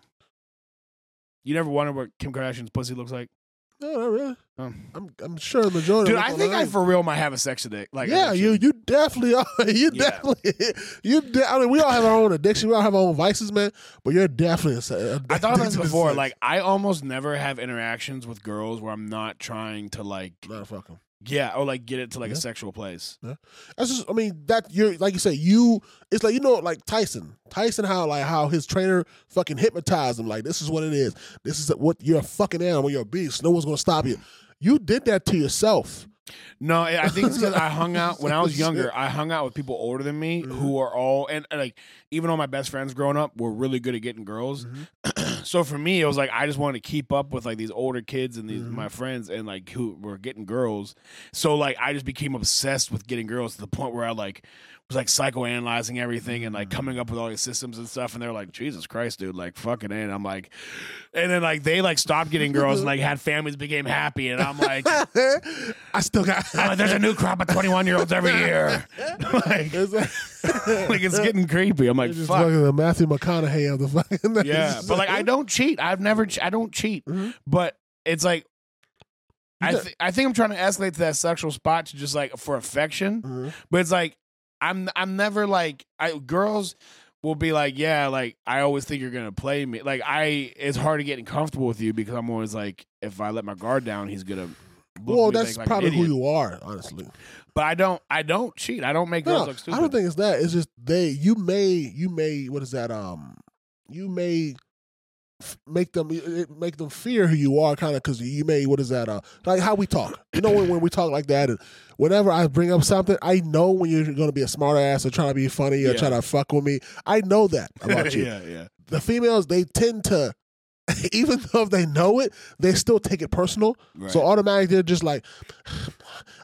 You never wonder what Kim Kardashian's pussy looks like.
No, not really.
Oh.
I'm, I'm sure the majority.
Dude,
of
I
them
think I
online-
for real might have a sex addict. Like
yeah,
addiction.
you, you definitely are. [laughs] You
Yeah.
definitely, you. De- I mean, we all have our own addiction. We all have our own vices, man. But you're definitely. A, a, [laughs]
I thought about this
addicted to
before.
sex.
Like, I almost never have interactions with girls where I'm not trying to like
not fucking.
Yeah, or like get it to like a
Yeah.
sexual place.
That's just, I mean, that you're like you said, you. It's like you know, like Tyson, Tyson, how like how his trainer fucking hypnotized him. Like this is what it is. This is what you're a fucking animal. You're a beast. No one's gonna stop you. You did that to yourself. [laughs]
No, I I think it's because I hung out when I was younger. I hung out with people older than me who are all and, and, like even all my best friends growing up were really good at getting girls. [clears throat] so for me, it was like I just wanted to keep up with like these older kids and these my friends and like who were getting girls. So like I just became obsessed with getting girls to the point where I like was like psychoanalyzing everything and like coming up with all these systems and stuff. And they're like, Jesus Christ, dude, like fucking A. And I'm like, and then like they like stopped getting girls and like had families became happy. And I'm like.
I still got.
I'm like, Oh, there's a new crop of 21 year olds every [laughs] year.
[laughs]
like,
It's like,
[laughs] like,
[laughs]
it's getting creepy. I'm like,
just
fuck.
fucking the Matthew McConaughey of the fucking. [laughs]
Yeah, but like I don't cheat. I've never. Che- I don't cheat.
Mhm.
But it's like, I
Yeah.
th- I think I'm trying to escalate to that sexual spot to just like for affection.
Mhm.
But it's like I'm I'm never like I girls will be like yeah like I always think you're gonna play me like I it's hard to get comfortable with you because I'm always like if I let my guard down he's gonna. look
Well,
at me
that's
like an
probably who
idiot.
you are, honestly.
But I don't. I don't cheat. I don't make girls
No,
look stupid.
I don't think it's that. It's just they. You may. You may. What is that? Um. You may f- make them it- it- make them fear who you are, kind of, because you may. What is that? Uh, like how we talk. You know when, when we talk like that, and whenever I bring up something, I know when you're going to be a smart ass or trying to be funny or
Yeah.
trying to fuck with me. I know that
[laughs]
about you.
yeah, yeah.
The females they tend to. [laughs] Even though they know it, they still take it personal.
Right.
So automatically they're just like, [sighs]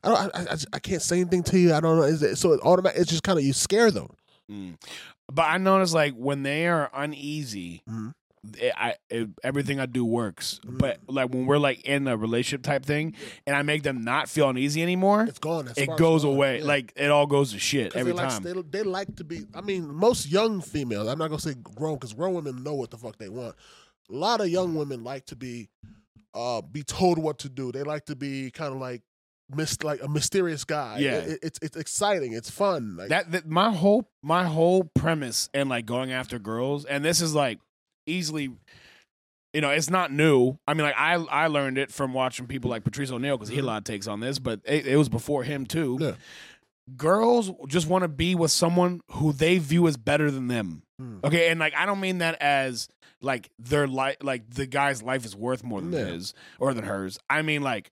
I don't, I, I, I can't say anything to you. I don't know. Is it, so it automatic, it's just kind of you scare them.
Mm. But I notice like when they are uneasy,
Mhm.
it- I it, everything I do works.
Mm.
But like when we're like in a relationship type thing, and I make them not feel uneasy anymore,
It's gone. that
it
spark's
goes
gone.
away.
Yeah.
Like it all goes to shit
'Cause
every
they like,
time.
They, they like to be. I mean, most young females. I'm not gonna say grown because grown women know what the fuck they want. A lot of young women like to be, uh, be told what to do. They like to be kind of like, mist like a mysterious guy.
Yeah.
It- it- it's it's exciting. It's fun. Like
that, that my whole my whole premise and like going after girls and this is like easily you know it's not new i mean like i i learned it from watching people like patrice o'neill because he had a lot of takes on this but it, it was before him too
Mm-hmm. Yeah.
girls just want to be with someone who they view as better than them
Mm.
okay and like i don't mean that as like their life like the guy's life is worth more than
Yeah.
his or than hers i mean like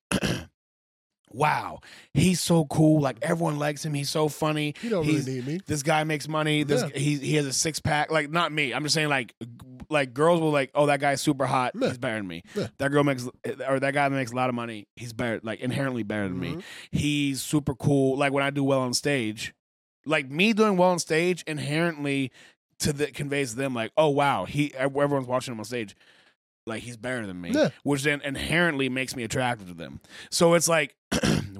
[clears throat] wow he's so cool like everyone likes him he's so funny
you don't
he's-
really need me.
this guy makes money. This
Yeah.
he he has a six pack. Like not me. I'm just saying like g- like girls will like oh that guy's super hot.
Yeah.
He's better than me.
Yeah.
That girl makes or that guy makes a lot of money. He's better like inherently better than
Mm-hmm.
me. He's super cool. Like when I do well on stage, like me doing well on stage inherently to the conveys to them like oh wow he everyone's watching him on stage. Like he's better than me,
Yeah.
which then inherently makes me attractive to them. So it's like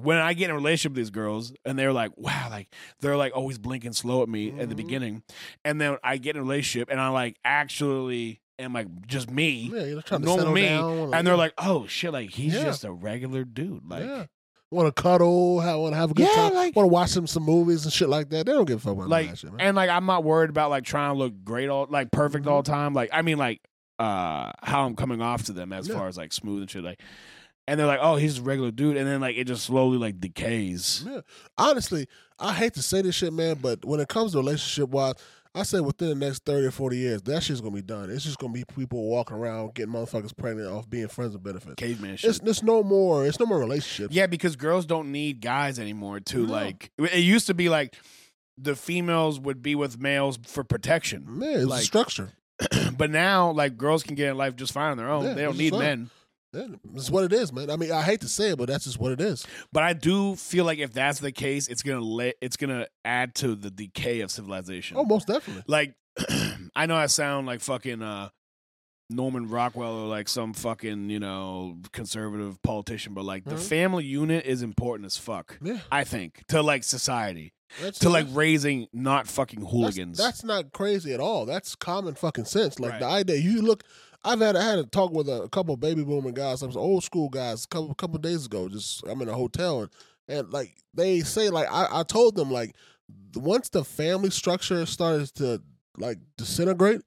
when I get in a relationship with these girls, and they're like, "Wow, like they're like always blinking slow at me at the
Mhm.
beginning, and then I get in a relationship and I like actually am like just me,
Yeah, you're trying to
normal
settle
me,
down,
and they're like, oh shit, like he's
Yeah.
just a regular dude, like
yeah. Want to cuddle? Have want to have a good
Yeah,
time?
like-
want to watch some some movies and shit like that? They don't give a fuck about
like
that shit, man.
and like I'm not worried about like trying to look great all like perfect all
Mm-hmm.
the time, like I mean like uh how I'm coming off to them as
Yeah.
far as like smooth and shit, like and they're like, oh, he's a regular dude, and then like it just slowly like decays.
Yeah. Honestly, I hate to say this shit, man, but when it comes to relationship wise, I say within the next 30 or 40 years, that shit's gonna be done. It's just gonna be people walking around getting motherfuckers pregnant off being friends with benefits.
Caveman shit.
It's, it's no more it's no more relationships.
Yeah, because girls don't need guys anymore to
No.
like. It used to be like the females would be with males for protection,
Man, it's
Like-
a structure.
[clears throat] but now like girls can get in life just fine on their own.
Mm. Yeah,
they
it's
don't
just
need
fine.
men.
Yeah, It's what it is, man. I mean, I hate to say it, but that's just what it is.
But I do feel like if that's the case, it's gonna let it's gonna add to the decay of civilization.
Oh, most definitely.
Like [clears throat] I know I sound like fucking uh Norman Rockwell or like some fucking you know conservative politician, but like the
Mhm.
family unit is important as fuck.
Yeah.
I think to like society.
That's,
to like
that's-
raising not fucking hooligans.
That's, that's not crazy at all. That's common fucking sense. Like
Right.
the idea you look. I've had I had a talk with a, couple of baby boomer guys, some old school guys, a couple couple days ago. Just I'm in a hotel and and like they say like I, I told them like once the family structure started to like disintegrate,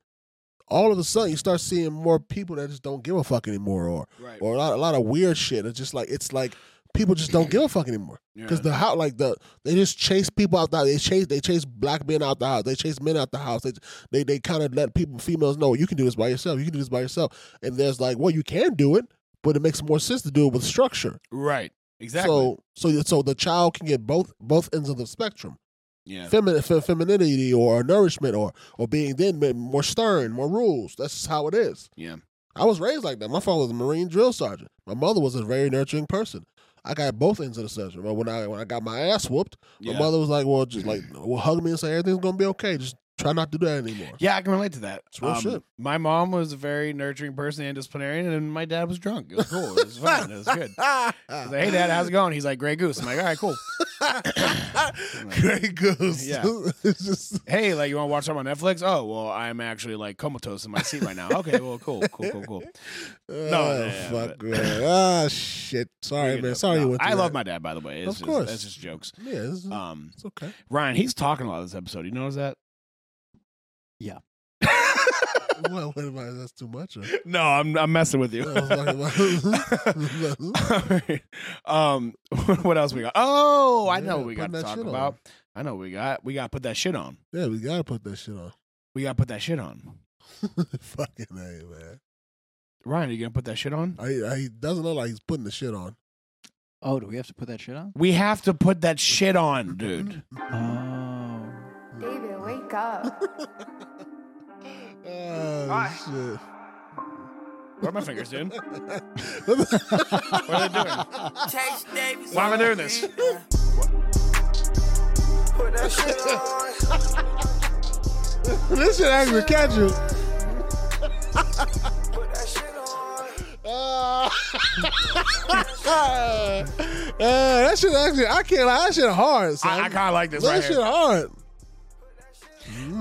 all of a sudden you start seeing more people that just don't give a fuck anymore or
right.
or a lot, a lot of weird shit. It's just like it's like people just don't give a fuck anymore.
Yeah.
Because the house, like the, they just chase people out the house. They chase, they chase black men out the house. They chase men out the house. They, they, they kind of let people, females know you can do this by yourself. You can do this by yourself. And there's like, well, you can do it, but it makes more sense to do it with structure.
right. Exactly.
So, so, so the child can get both both ends of the spectrum:
yeah.
Femin- fe- femininity or nourishment, or or being then ma- more stern, more rules. That's just how it is.
Yeah.
I was raised like that. My father was a Marine drill sergeant. My mother was a very nurturing person. I got both ends of the spectrum. But when I when I got my ass whooped, my
Yeah.
mother was like, "Well, just
[laughs]
like, well, hug me and say everything's gonna be okay. Just try not to do that anymore."
Yeah, I can relate to that. Um,
It's real shit.
My mom was a very nurturing person and disciplinarian, and my dad was drunk. It was cool. It was fun. It was
[laughs]
good. I was like, hey, dad, how's [laughs] it going? He's like, Grey Goose. I'm like, all right, cool.
Great goose.
Yeah.
[laughs] it's just
Hey, like, you want to watch something on Netflix? Oh, well, I'm actually like comatose in my seat right now. Okay, well, cool, cool, cool,
[laughs]
cool.
oh,
no, no,
fuck,
but-
man. ah, shit. Sorry,
Bring it
man.
up.
Sorry,
No,
you went
I
through
love
that.
my dad, by the way. It's
Of
just,
course.
That's just jokes.
Yeah, this is,
Um,
it's
[laughs]
okay. [laughs]
Ryan, he's talking a lot this episode. You notice that?
what, what am I? That's too much.
[laughs]
Or,
No, I'm I'm
[laughs]
messing [laughs] with you.
I was like,
[laughs] Alright. um, [laughs] what else we got? Oh, I know
Yeah,
what we got
putting
to
that
talk
shit on.
about. I know what we got. We got to put that shit on.
[laughs] yeah, we gotta put that shit on. [laughs]
We got to put that shit on.
Fucking A, man.
Ryan, are you gonna put that shit on?
I, I, he doesn't look like he's putting the shit on.
Oh, do we have to put that shit on?
We have to put that shit on, dude.
Oh.
David, wake up.
Oh,
Hi.
shit.
Where are my fingers,
[laughs]
dude?
what
are they doing?
Chase Davis.
Why am I doing this?
Put that shit on.
this shit actually catch
[laughs]
you.
Put that shit on.
Uh, uh, that shit actually, I can't lie, that shit hard. Son.
I, I kind of like this
that
right
shit
here.
hard.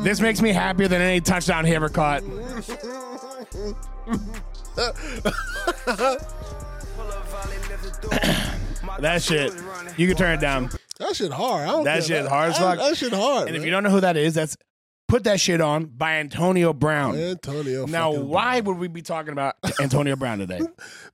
This makes me happier than any touchdown he ever caught.
Pull up, volley, lift the door. My
That shit,
computer's running.
you can turn it down.
That shit hard. I don't
That
care.
shit hard as
That,
fuck.
that shit hard.
And if
man.
you don't know who that is, that's "Put That Shit On" by Antonio Brown.
Antonio.
Now,
fucking-
why would we be talking about Antonio Brown
[laughs]
today?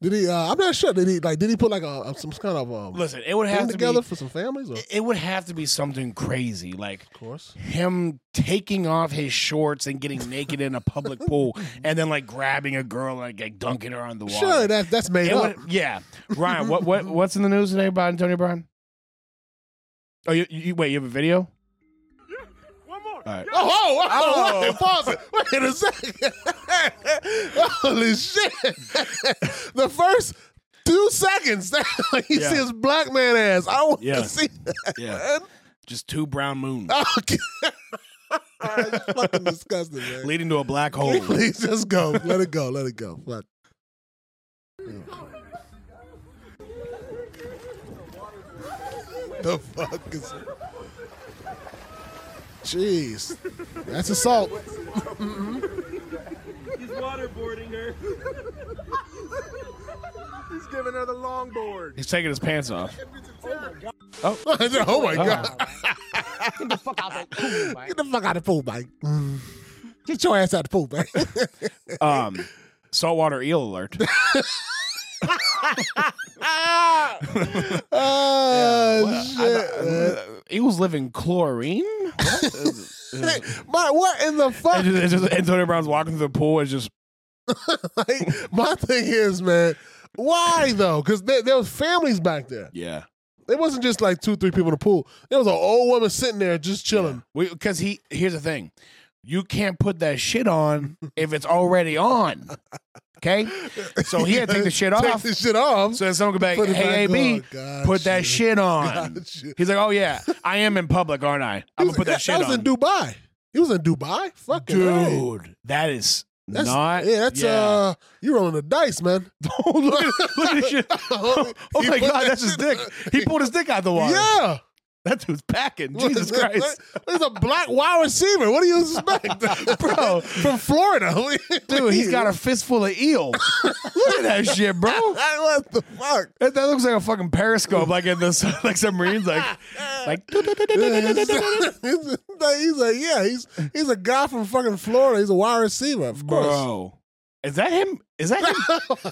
did he? Uh, I'm not sure. Did he like? Did he put like a, some kind of um,
Listen, it would
thing
have to
together
be
for some families? Or? Of
it would have to be something crazy, like
course.
him taking off his shorts
[laughs]
and getting naked in a public pool, and then like grabbing a girl and like dunking her on the water.
Sure, that, that's made
It
up.
would- yeah, Ryan,
[laughs]
what what what's in the news today about Antonio Brown? Oh, you, you wait, you have a video? One more. All right.
Oh, oh,
Oh.
wait, pause it. Wait a second. [laughs] Holy shit. the first two seconds, [laughs] you
Yeah.
see his black man ass. I want to
Yeah.
see that.
Yeah, just two brown moons
[laughs] Okay. it's fucking disgusting, man. [laughs]
leading to a black hole.
Please just go. Let it go. Let it go. Fuck. The fuck is Jeez. That's assault.
He's giving her the longboard.
He's taking his pants off.
[laughs] oh my
[laughs]
god! Get the fuck out of the pool, Mike. [sighs] Get your ass out of the pool, [laughs] Mike.
Um, saltwater
[laughs]
eel [laughs] alert.
oh shit!
Uh, eels live in chlorine.
man. My what in the
It's
fuck?
just, it's just Antonio Brown's walking through the pool. It's just
Like, my thing is, man, why though? Because there, there was families back there.
yeah,
It wasn't just like two, three people in the pool. There was an old woman sitting there just chilling.
because he here's the thing, you can't put that shit on if it's already on. Okay, so he had to take the shit
[laughs] Take
off.
this shit off.
So then someone could be
Put
like,
it back
"Hey, AB,
on. Gotcha.
put that shit on."
Gotcha.
He's like, "Oh yeah, I am in public, aren't I? I'm gonna put that shit
That was in
on."
Dubai. He was in Dubai. Fucking right.
Dude, that is
That's,
not.
yeah, that's uh, you rolling the dice, man.
Oh, [laughs] look, at- look
[laughs]
at this shit.
Oh,
[laughs] Oh,
he
my
put
God,
that
that's his
shit-
dick. He pulled his dick out the water.
Yeah,
That dude's
[laughs]
packing. Jesus Christ.
he's a black wide receiver. What do you expect,
[laughs] Bro.
From Florida, [laughs]
Dude, he's got a fistful of eel. Look at that shit, bro.
what the fuck? [laughs]
That, that looks like a fucking periscope, like in this, [laughs] like submarines, like, like. [laughs]
he's like, yeah, he's he's a guy from fucking Florida. He's a wide receiver, of course. [laughs]
Bro, is that him? Is that him?
what the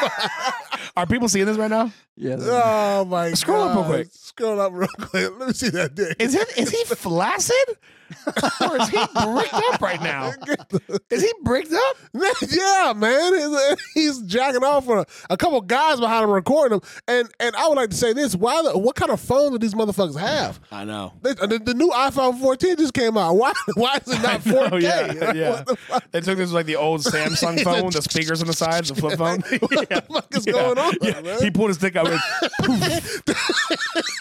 fuck?
Are people seeing this right now?
Yeah.
Oh my
Scroll
god.
up real quick.
Scroll up real quick. Let me see that dick. [laughs]
Is it is he flaccid? or is he bricked up right now? Is he bricked up?
[laughs] yeah, man. He's, [laughs] he's jacking off with a, a couple guys behind him recording him. And and I would like to say this. Why the, what kind of phone do these motherfuckers have?
I know.
They, the, the new iPhone 14 just came out. [laughs] Why why
[laughs]
is it not 4K?
[laughs] Oh yeah,
Like,
yeah.
What the fuck?
They took this like
[laughs]
the old Samsung phone, the speakers on the sides, the flip phone. what
the
[laughs]
fuck is going on, man?
He pulled his dick out with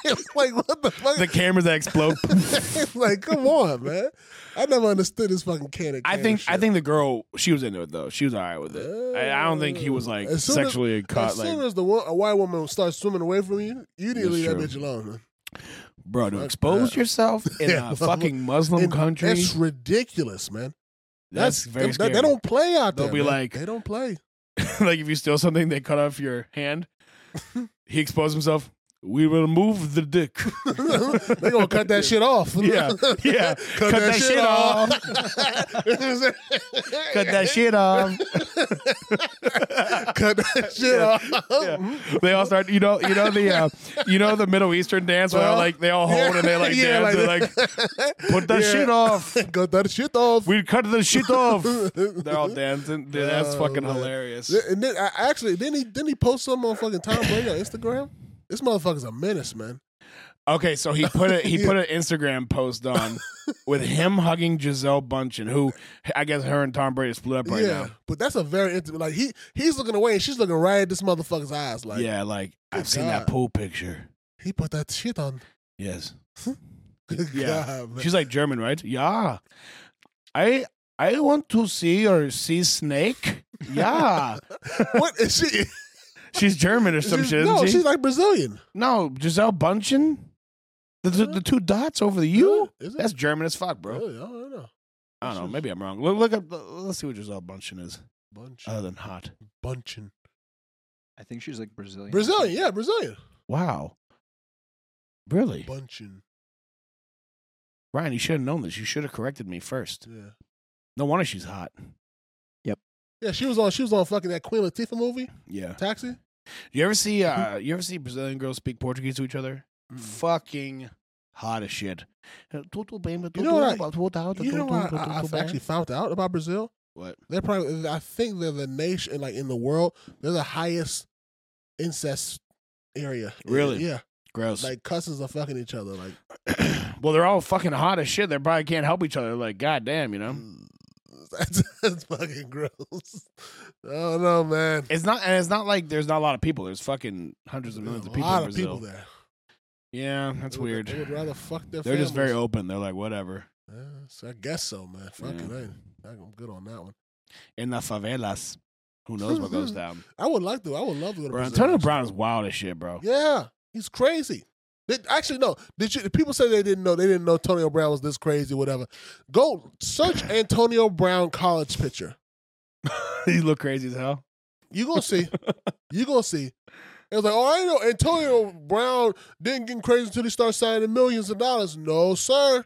It's [laughs] like what the fuck?
the cameras that explode.
It's [laughs] like come on, man. I never understood this fucking can.
I think I think the girl she was into it though. She was all right with it. I, I don't think he was like sexually caught.
As soon
Like,
as the wo- a white woman starts swimming away from you, you need to
That's
leave that
true.
bitch alone. Man.
bro, to expose
that.
yourself
[laughs]
in
Yeah,
a fucking Muslim
And
country, that's,
That's ridiculous, man.
very
they,
scary.
they don't play out
They'll
there.
be
man.
like-
they don't play.
[laughs] like if you steal something, they cut off your
[laughs]
hand. he exposed himself. We will move the dick. [laughs]
[laughs] they gonna cut that shit off.
Yeah, yeah.
[laughs] Cut, that, shit off. [laughs]
[laughs] Cut that shit off.
Cut
[laughs]
that shit
Yeah.
[laughs] off.
Yeah. They all start, you know, you know the, uh, you know the Middle Eastern dance where
Uh-huh.
like they all hold and they
[laughs]
like
Yeah,
dance.
like
They're like,
[laughs]
put that shit off.
Cut that shit off.
We cut the shit off. [laughs] They're all dancing. Dude, that's
Oh,
fucking
man.
hilarious.
and then I actually didn't he didn't he post something on fucking Tom Brady on Instagram? This motherfucker's a menace, man.
Okay, so he put a [laughs] he put an Instagram post [laughs] on with him hugging Giselle Bundchen, who I guess her and Tom Brady split up right
yeah, but that's a very intimate. Like he he's looking away and she's looking right at this motherfucker's eyes.
now.
Like
yeah, like I've seen that
God.
pool picture.
he put that shit on. [laughs]
Yes. Yeah.
God, man.
She's like German, right? Yeah. I I want to see your sea snake. [laughs] Yeah.
what is she?
she's German or [laughs] some
she's,
shit, isn't
no,
she?
she's like Brazilian.
no, Giselle Bundchen. The, the, the two dots over the U?
Is it?
That's German as fuck, bro.
Really? I don't know.
I don't know. Maybe I'm wrong. Look, look up. Let's see what Giselle Bundchen is,
Bunch,
other than hot.
bunching.
I think she's like Brazilian.
Brazilian, yeah, Brazilian.
Wow. Really?
Bunching.
Ryan, you should have known this. You should have corrected me first.
Yeah.
No wonder she's hot.
Yeah, she was on. She was on fucking that Queen Latifah movie,
Yeah.
Taxi.
You ever
[laughs]
see uh you ever see Brazilian girls speak Portuguese to each other? Fucking hot as shit. Tudo bem,
You
tudo
know what I-
bom, tudo-
You know, what
tudo-
I, I- I've
tudo bem.
actually found out about Brazil.
what?
They're probably. I think they're the nation, like in the world, they're the highest incest area.
Really?
Yeah.
Gross.
Like cousins are fucking each other. Like
[clears throat] well, they're all fucking hot as shit. They probably can't help each other. Like, goddamn, you
Mm.
know.
[laughs] that's, that's fucking gross. I don't know, man.
It's not, and it's not like there's not a lot of people. There's fucking hundreds of millions of people
a lot
in
of
Brazil.
people there.
Yeah, that's
They would-
weird.
They would rather fuck their.
They're just very
families.
open. They're like, whatever.
Yeah, so I guess so, man. Fuck
Yeah.
it, ain't. I- I'm good on that one.
In the favelas, who knows what goes down?
I would like to. I would love to go to
Bro,
Brazil,
Antonio
actually.
Brown is wild as shit, bro.
Yeah, he's crazy. They, actually, no. Did you? People say they didn't know. They didn't know Antonio Brown was this crazy. Whatever. Go
[laughs]
search Antonio Brown college picture.
he look crazy as hell.
You gonna see. you gonna see. It was like, oh, I didn't know Antonio Brown didn't get crazy until he started signing millions of dollars. No, sir.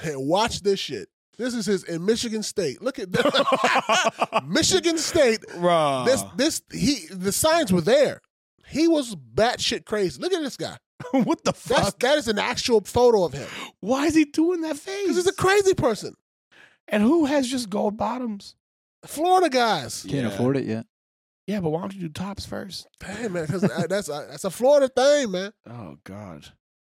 Hey, watch this shit. This is his in Michigan State. Look
[laughs]
at [laughs] that. Michigan State
Bro.
this this he the signs were there. He was batshit crazy. Look at this guy.
[laughs] what the
That's
fuck?
that is an actual photo of him.
Why is he doing that face?
Because he's a crazy person.
and who has just gold bottoms?
Florida guys.
Can't
Yeah.
afford it yet.
Yeah, but why don't you do tops first?
Hey man, because that's a, that's a Florida thing, man.
Oh God.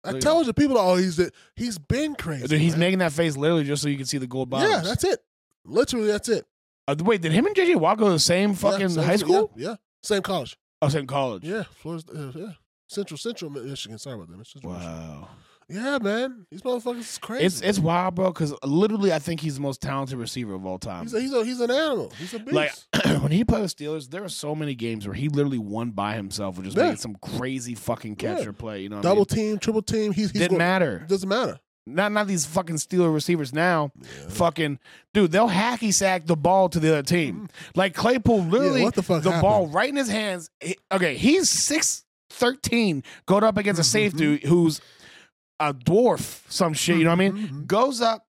I
Look at
told you, people are always that he's been crazy.
Dude, he's
man.
making that face literally just so you can see the gold bottoms.
Yeah, that's it. Literally, that's it.
Uh, wait, did him and JJ Watt go to the same
Yeah,
fucking
same-
high school?
Yeah, yeah. same college.
Oh, same college.
Yeah, Florida. uh, yeah, Central Central Michigan. Sorry about that. Central Michigan.
Wow.
Yeah, man, these motherfuckers is crazy.
It's it's wild, bro, because literally I think he's the most talented receiver of all time.
he's a, he's, a, he's an animal. He's a beast.
Like [clears throat] when he played the Steelers, there were so many games where he literally won by himself with just
Yeah.
making some crazy fucking catch
Yeah.
or play. You know, what I
Double
mean?
team, triple team. He's, he's gonna-
didn't matter.
Doesn't matter.
Not not these fucking Steeler receivers now. Fucking dude, they'll hacky sack the ball to the other team. Like Claypool, literally
Mm-hmm. what the fuck happened?
ball right in his hands. He- okay, he's six thirteen, going up
Mm-hmm.
against a safe dude who's a dwarf, some shit. You know what I mean?
Mm-hmm.
Goes up,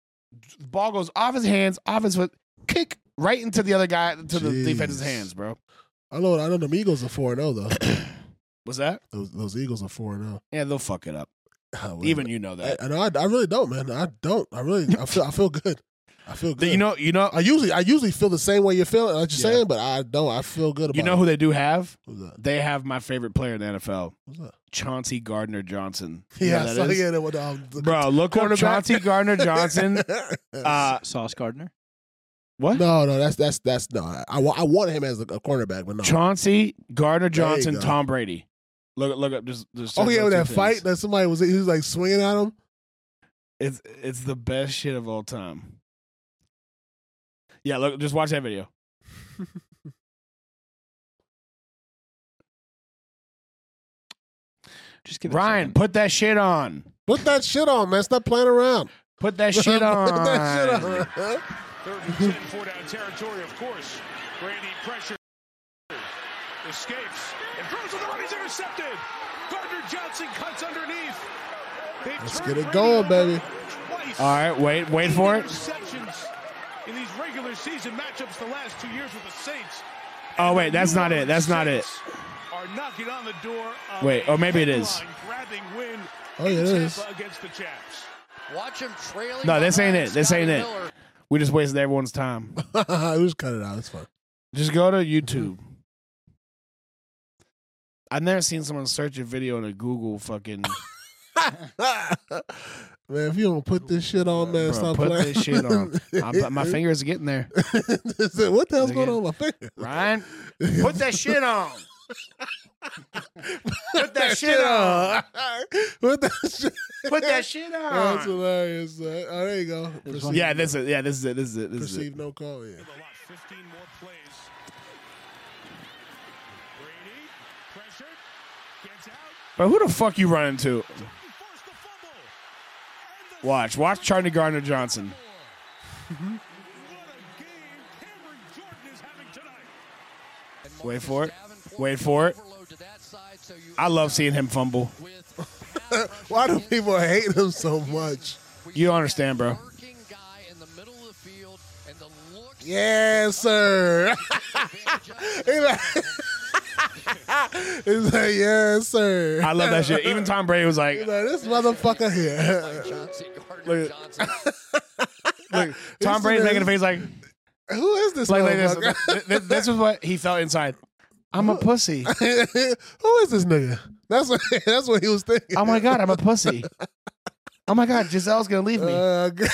the ball goes off his hands, off his foot, kick right into the other guy to the
Jeez.
defense's hands, bro.
I know. I know the Eagles are four and zero though.
Was that?
Those, those Eagles are four and zero.
Yeah, they'll fuck it up.
Oh, wait a
Even
minute.
you know
I,
that.
I, know, I, I really don't, man. I don't. I really. I feel. I feel good. I feel good.
you know, you know,
I usually. I usually feel the same way you're feeling. What you're
Yeah.
saying, but I don't. I feel good about.
you know who they do have?
It. Who's that?
They have my favorite player in the NFL,
Who's that?
Chauncey Gardner Johnson. [laughs] You know
Yeah,
who that
so,
is?
yeah, that one, um, the-
Bro, look up
Quarterback.
Chauncey Gardner
[laughs]
Johnson. Uh,
Sauce Gardner.
what?
no, no, that's that's that's no. I, I, wa- I want him as a, a quarterback, but no.
Chauncey Gardner Johnson,
go.
Tom Brady. Look, look up. Just, just
oh
search
yeah,
those
with that
two
fight
things.
that somebody was he was like swinging at him.
It's it's the best shit of all time. Yeah, look, just watch that video.
Just give it a
Brian,
second.
put that shit on.
Put that shit on, man. Stop playing around.
Put that shit on.
[laughs] Put that shit on.
Third and 10, four down territory, of course. Brady pressure. Escapes and throws on the run. He's intercepted. Gardner Johnson cuts underneath. They
Let's
turn
get it
Brady
going,
over
baby.
twice.
All right, wait, wait for it.
Interceptions in these regular season matchups the last two years with the Saints.
Oh wait, that's not it. That's not it.
Saints Are knocking on the door. of
Wait,
a
or maybe it is.
headline-grabbing win
Oh, yeah,
in
it is.
Tampa Against the Chaps.
Watch him trailing.
No, this ain't
behind
it. This
Scotty
ain't it.
Miller.
We just wasted everyone's time.
we just cut [laughs] it out. It's fine.
[laughs] Just go to YouTube. I've never seen someone search a video in a Google [laughs] fucking.
man, if you don't put this shit on, man,
Bro,
stop
put
playing. [laughs]
this shit on. [laughs] I'm, my fingers are getting there.
what the hell's going on with my finger? [laughs]
Ryan, put that shit [laughs] on. put that shit on.
What the [laughs] shit?
Put that [laughs]
[laughs]
shit
That's
on.
hilarious. man. Oh, there you go. Perceived,
Yeah, this is yeah, this is it. This is it. This is it.
perceived no call. Yeah.
The lot, 15 more plays. Brady, pressured, gets out,
But who the fuck you running to?
and forced the fumble. And the
Watch, watch Charlie Gardner Johnson.
what a game Cameron Jordan is having tonight.
And Marcus
Wait for it.
Davenport
Wait for it.
overload to that side, so you
I love seeing him fumble.
with pass rush
Why do
against
people hate him so much?
You don't understand, bro.
Working guy in the middle of the field and the looks
Yes, sir. [laughs] He's like, [laughs] He's like, yes, sir.
I love that shit. Even Tom Brady was like,
He's like, this motherfucker here. [laughs]
Johnson, Gardner Johnson.
look, Tom Brady's making a face like,
Who is this
like, like this.
motherfucker?
Th- th- This is what he felt inside. I'm a
[laughs]
pussy.
Who is this nigga? That's what [laughs] that's what he was thinking.
Oh my god, I'm a pussy. Oh my god, Giselle's gonna leave me.
Uh, [laughs] g-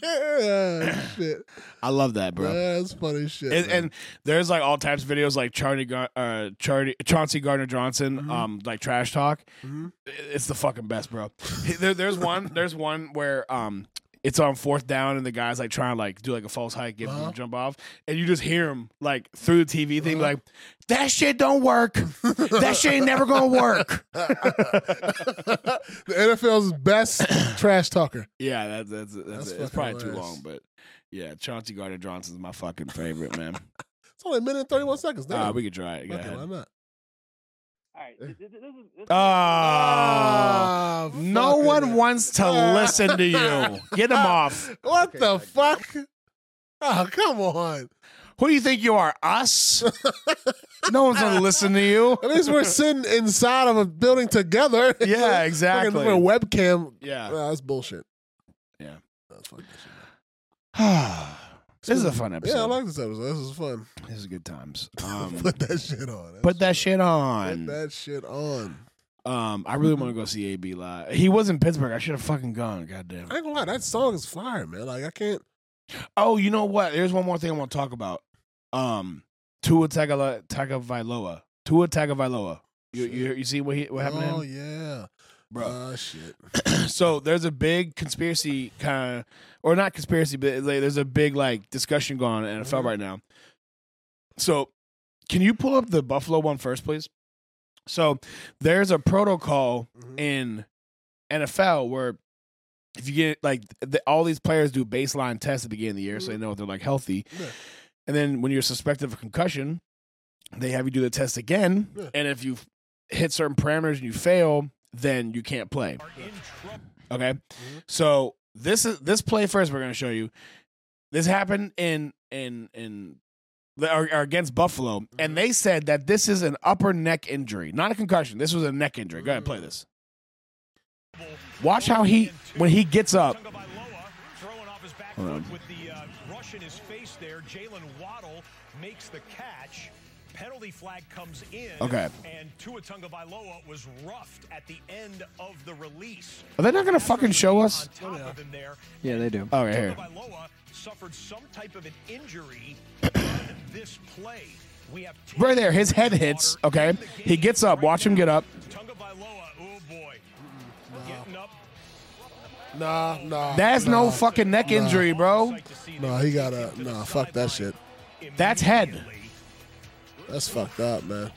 Ah, shit. Ah,
I love that, bro.
That's funny shit.
and,
man.
and [laughs] there's like all types of videos like Charlie Gar- uh Charlie Chauncey Gardner Johnson
Mm-hmm.
um like trash talk. It's the fucking best, bro. there, there's one there's one where um it's on fourth down and the guy's like trying to like do like a false hike, give
Uh-huh.
him a jump off, and you just hear him like through the TV thing like that shit don't work. that shit ain't never
[laughs]
gonna work.
[laughs] the NFL's best trash talker.
Yeah, that, that's that's,
That's
it. It's
fucking
probably too
hilarious.
long, but yeah, Chauncey Gardner Johnson's my fucking favorite
[laughs]
man.
It's only a minute and thirty one seconds. Damn.
uh, we could try it. Go
okay,
ahead.
why not?
All right. This, this, this is, this is
Oh,
Ah,
no
fucking
one
hell.
wants to listen to you. Get
Uh,
him off.
What the fuck? Oh, come on.
Who do you think you are? Us? No one's gonna listen to you.
At least we're sitting inside of a building together.
Yeah,
[laughs] Fucking
exactly.
for a webcam.
Yeah.
Ah, that's bullshit.
Yeah.
That's fucking shit. man.
[sighs] this is a fun episode.
Yeah, I like this episode. This is fun. [laughs]
this is good times. Um,
Put that shit on. That's-
put that shit
Put
on.
that shit on.
Um, I really want to go see AB live. He was in Pittsburgh. I should have fucking gone. Goddamn.
I ain't gonna lie, that song is fire, man. Like I can't.
Oh, you know what? There's one more thing I want to talk about. Um, Tua Tagovailoa. Tagovailoa. Tua Tagovailoa. You, you you see what he, what happened?
oh
to him?
yeah,
Bro,
Ah, shit.
[clears throat] so there's a big conspiracy kind of, or not conspiracy, but like, there's a big like discussion going on in NFL
Mm-hmm.
right now. So, can you pull up the Buffalo one first, please? So, there's a protocol
Mhm.
in NFL where if you get like the, all these players do baseline tests at the beginning of the year, so they know if they're like healthy,
Mm-hmm. Yeah.
and then when you're suspected of a concussion, they have you do the test again,
Yeah.
and if you hit certain parameters and you fail, then you can't play. Okay. So this is this play first we're gonna show you. This happened in in in that are, are against Buffalo, and they said that this is an upper neck injury, not a concussion. This was a neck injury. Go ahead, play this. Watch how he when he gets up.
Tagovailoa throwing off his back
Hold on.
foot with the uh, rush in his face there. Jalen Waddle makes the catch. Penalty flag comes in.
Okay.
And Tua Tagovailoa was roughed at the end of the release.
Are they not gonna fucking show us?
On top of him there,
Yeah, they do.
Oh, right here.
Tagovailoa suffered some type of an injury on this play. We have
Right there, his head hits. Okay, he gets up. Watch him get up.
Tagovailoa, oh boy, getting up.
Nah, nah.
That's no
nah.
fucking neck injury, bro.
Sight to see
Nah,
that
he
kicked
got a
into the
nah. Fuck that shit.
sideline
That's head.
immediately.
That's fucked up, man.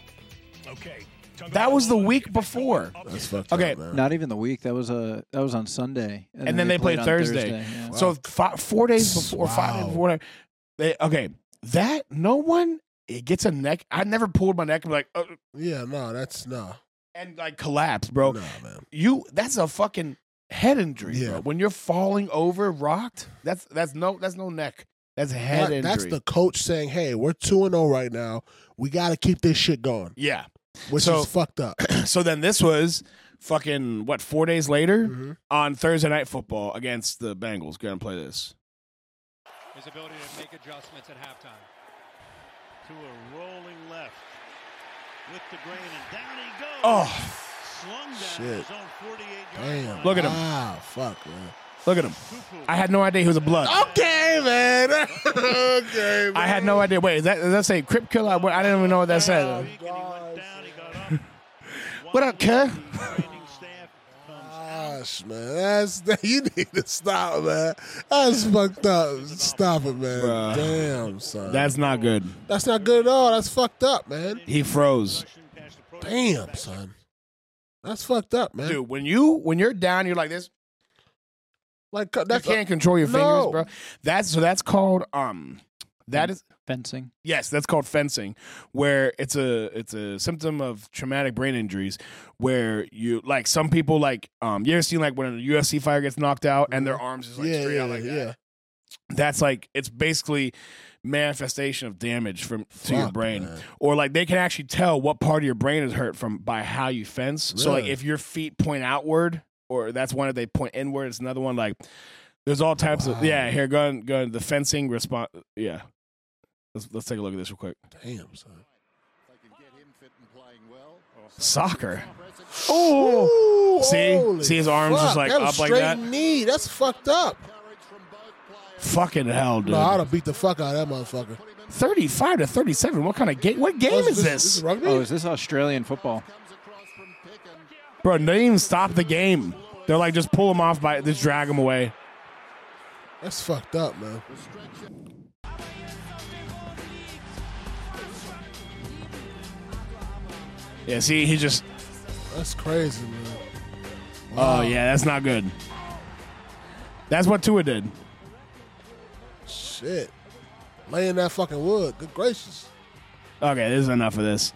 Okay.
That was the week before.
That's fucked
Okay.
up, man.
Not even the week. That was a that was on Sunday,
and then they, played,
on
Thursday.
yeah.
So fi- four days before, five days
Wow.
before. They, okay, that no one it gets a neck. I never pulled my neck and be like uh,
Yeah, no, that's nah.
and like collapsed, bro.
Nah, man.
You that's a fucking head injury,
Yeah.
bro. When you're falling over, rocked. That's that's no that's no neck. That's head
That-
injury.
that's the coach saying, "Hey, we're two and zero right now. We got to keep this shit going,"
yeah.
which
So-
is fucked up. [coughs]
So then this was fucking what four days later
Mhm.
on Thursday night football against the Bengals. Gonna play this.
his ability to make adjustments at halftime. To a rolling left with the grain, and down he goes.
Oh,
Slung down
Shit.
his own 48-yard
Damn.
Look at him.
Ah, fuck, man.
look at him. I had no idea he was a blood.
Oh, Okay, man. [laughs] okay. Man.
I had no idea. Wait, is that does that say Crip Killer? I, I didn't even know what that said.
streak, and Oh, he went down, he got up.
What up, cuz?
Training staff comes
Gosh, man, that's [laughs] you need to stop, man. That's fucked up. Stop it, man.
Bruh.
Damn, son.
That's not good.
that's not good at all. That's fucked up, man.
He froze.
past the pro-
Damn, son. That's fucked up, man.
Dude, when you when you're down, you're like this.
like
You
that
can't control your fingers,
uh, No. Hmm.
bro. That's so that's called um that is
fencing.
yes, that's called fencing, where it's a it's a symptom of traumatic brain injuries where you like some people like um you ever seen like when a UFC fighter gets knocked out and their arms is like
Mm-hmm. yeah,
straight
yeah,
out like that.
yeah.
That's like it's basically manifestation of damage from to your
Fuck,
brain.
man.
or like they can actually tell what part of your brain is hurt from by how you fence. So like
Really?
if your feet point outward, or that's one if they point inward, it's another one. Like there's all types
Wow.
of yeah. Here, go on, go on, the fencing response. Yeah, let's let's take a look at this real quick.
Damn, son.
Soccer. Oh,
Oh,
See? See his arms just, like,
that was
up like
straight
that?
Knee, that's fucked up.
fucking hell, dude!
No, I'd have beat the fuck out of that motherfucker.
Thirty-five to thirty-seven. What kind of game? What game
Oh,
is
This
this,
rugby?
Oh, is this Australian football?
bro? They didn't even stop the game. They're like just pull him off by just drag him away.
that's fucked up, man.
Yeah, see, he just.
That's crazy, man.
Oh yeah, that's not good. That's what Tua did.
Shit. Laying that fucking wood. Good gracious.
Okay, this is enough of this.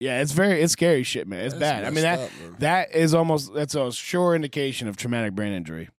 yeah, it's very it's scary shit, man. It's
That's
bad. I mean that
messed up, man.
that is almost that's a sure indication of traumatic brain injury.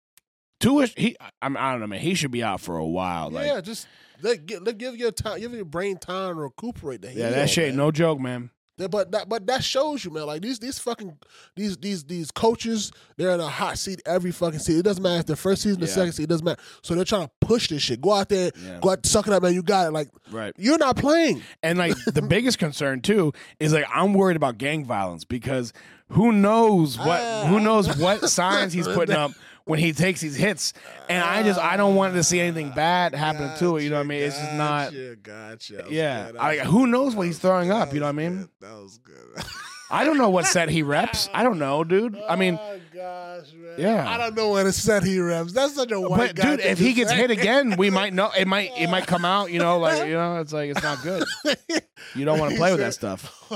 Tua, he I, mean, I don't know, man. He should be out for a while. Like,
yeah,
yeah,
just they, gi- they give your time, give your brain time to recuperate. To heal,
that shit, ain't
man.
no joke, man.
That- But that, but that shows you, man. Like these, these fucking, these, these, these coaches, they're in a hot seat every fucking season. It doesn't matter if the first season, the
Yeah.
second season, it doesn't matter. So they're trying to push this shit. Go out there,
Yeah.
go out, suck it up, man. You got it. Like
Right.
you're not playing.
And like
[laughs]
the biggest concern too is like I'm worried about gang violence because who knows what
Ah.
who knows
[laughs]
what signs he's putting up when he takes these hits. And I just I don't want to see anything bad happen to it. You know what I mean? It's just not
Gotcha.
Yeah, I, who knows what he's throwing up? You know what I mean?
That was good. [laughs]
I don't know what set he reps. I don't know, dude. I mean,
oh gosh, man.
Yeah.
I don't know what a set he reps. That's such a white
but
guy.
dude, if he gets hit again, we might know. It might it might come out. You know, like you know, it's like it's not good.
again.
You don't want to play
[laughs]
with that stuff.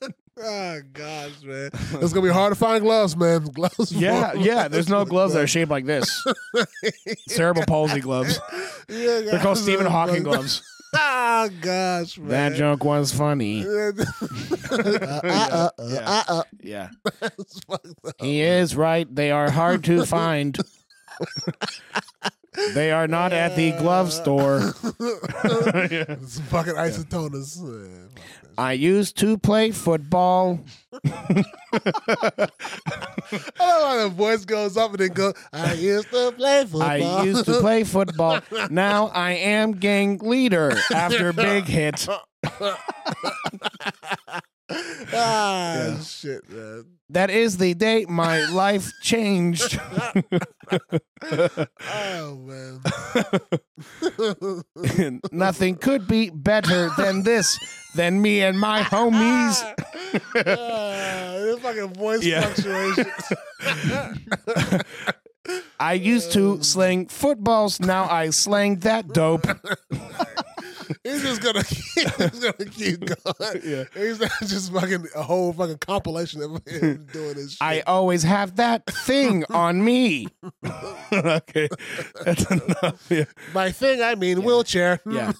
[laughs] Oh gosh, man!
[laughs]
It's gonna be hard to find gloves, man. [laughs] Gloves.
[laughs] Yeah, yeah. There's no gloves that are shaped like [laughs] this. Cerebral palsy gloves.
Yeah,
They're [laughs] called Stephen Hawking gloves.
Oh gosh, man! [laughs]
That joke was funny.
uh, uh, uh, uh, uh, [laughs]
Yeah,
It's fucked up.
he is right. They are hard to find. They are not at the glove store. Yeah.
It's fucking isotoners. Yeah, fuck that
I used to play football.
shit. I don't know why the voice goes up and then goes,
[laughs]
I used to play football.
I used to play [laughs] football. Now I am gang leader after big hit.
[laughs] ah, shit,
[laughs]
man.
That is the day my life changed. [laughs]
Oh, man.
Nothing could be better than this, than me and my homies.
Ah, this fucking voice
Yeah. [laughs]
fluctuations.
I used to sling footballs. Now I slang that dope.
He's just gonna [laughs] keep, he's gonna
[laughs]
keep going.
Yeah.
He's not just fucking a whole fucking compilation of [laughs] him doing this shit.
I always have that thing on me. [laughs] okay, that's enough. Yeah.
By thing I mean wheelchair. [laughs]
[laughs] Yeah.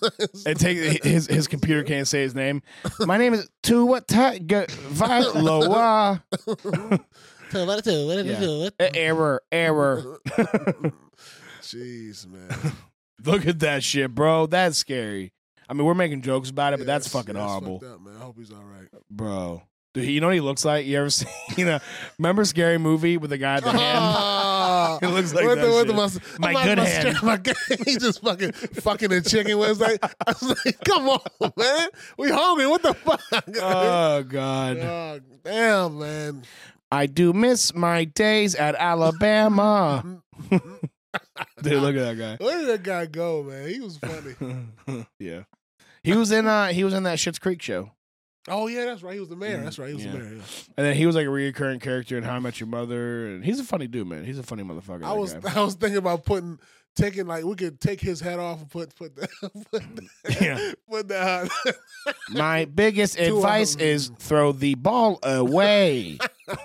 It takes his [laughs] his computer can't say his name. My name is Tua Valoa.
Two, what two, what
Yeah.
two, what-
[laughs] Error, error.
Jeez, man.
Look at that shit, bro. That's scary. I mean, we're making jokes about
Yeah,
it, [laughs] but that's fucking
yeah, it's
horrible,
fucked up, man. I hope he's all
[laughs]
right.
bro. Dude, you know what he looks like? You ever [laughs] seen? You know, remember scary movie with the guy at the [laughs] hand?
Ah,
It looks like
what
that
the, what the
shit.
mus-
My
I'm
good
like,
hand.
[laughs] My, good- he just fucking fucking a chicken. Was like, [laughs] I was like, come on, man. We hungry. What the fuck? [laughs]
Oh God,
Oh, damn, man.
I do miss my days at Alabama. [laughs] Dude, look at that guy.
Where did that guy go, man? He was funny.
yeah. He was in uh he was in that Shit's Creek show.
oh yeah, that's right. He was the mayor.
Mm,
That's right. He was
yeah.
the mayor. yeah.
And then he was like a recurring character in How I Met Your Mother and he's a funny dude, man. He's a funny motherfucker.
I
that
was
guy.
[laughs]
[laughs]
I was thinking about putting taking like we could take his head off and put put the, [laughs] put
[laughs]
the,
Yeah.
put the uh,
My biggest
hours.
advice is throw the ball
[laughs]
away. [laughs]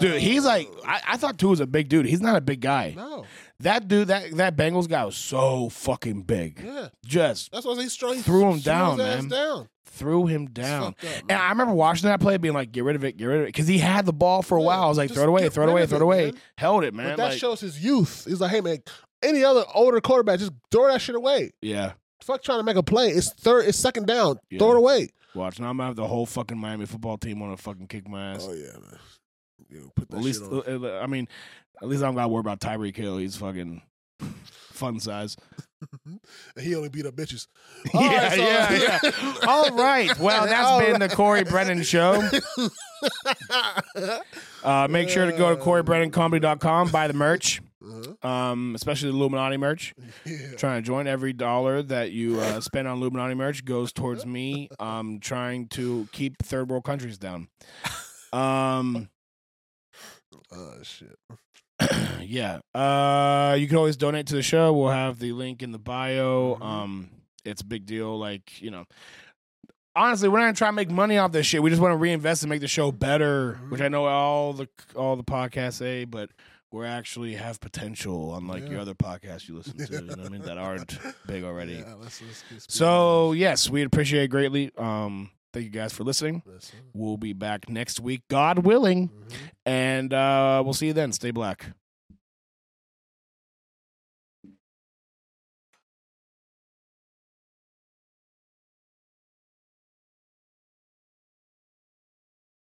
dude, he's like I, I thought two was a big dude. He's not a big guy.
uh, no
That dude, that that Bengals guy was so fucking big.
yeah
Just
that's what he's strong he
Threw him
threw
down,
his ass
man.
down
threw him down.
fucked up,
and
man.
I remember watching that play being like, get rid of it, get rid of it. Because he had the ball for a
Yeah,
while. I was like,
just
throw it away,
get
throw it
rid
away,
of
throw
it,
it away.
man.
Held it, man.
but that
like-
shows his youth he's like hey man any other older quarterback just throw that shit away
yeah.
fuck trying to make a play it's third it's second down
Yeah.
throw it away
Watch now, I'm gonna have the whole fucking Miami football team want to fucking kick my ass.
oh yeah man yeah, put that
at least,
shit on.
uh, uh, I mean, at least I don't gotta worry about Tyreek Hill. He's fucking fun size. [laughs]
And he only beat up bitches
yeah,
right, so-
yeah,
[laughs]
yeah. All right. Well, that's
All
been the Corey
[laughs]
Brennan show. Uh, make sure to go to CoreyBrennanComedy.com, buy the merch,
Uh-huh.
um, especially the
[laughs]
Illuminati merch. Trying to join every dollar that you uh, spend on Illuminati merch goes towards me um, trying to keep third world countries down. Um,
oh shit
[clears throat] yeah. Uh, you can always donate to the show. We'll have the link in the bio. Um, it's a big deal. Like you know, honestly, we're not gonna try to make money off this shit. We just want to reinvest and make the show better, which I know all the all the podcasts say, but we actually have potential, unlike your other podcasts you listen to. You know what I mean? That aren't big already.
yeah, let's, let's get speaking of
So yes, we appreciate it greatly. Um, thank you guys for listening.
this.
We'll be back next week, God willing, and uh, we'll see you then. Stay black.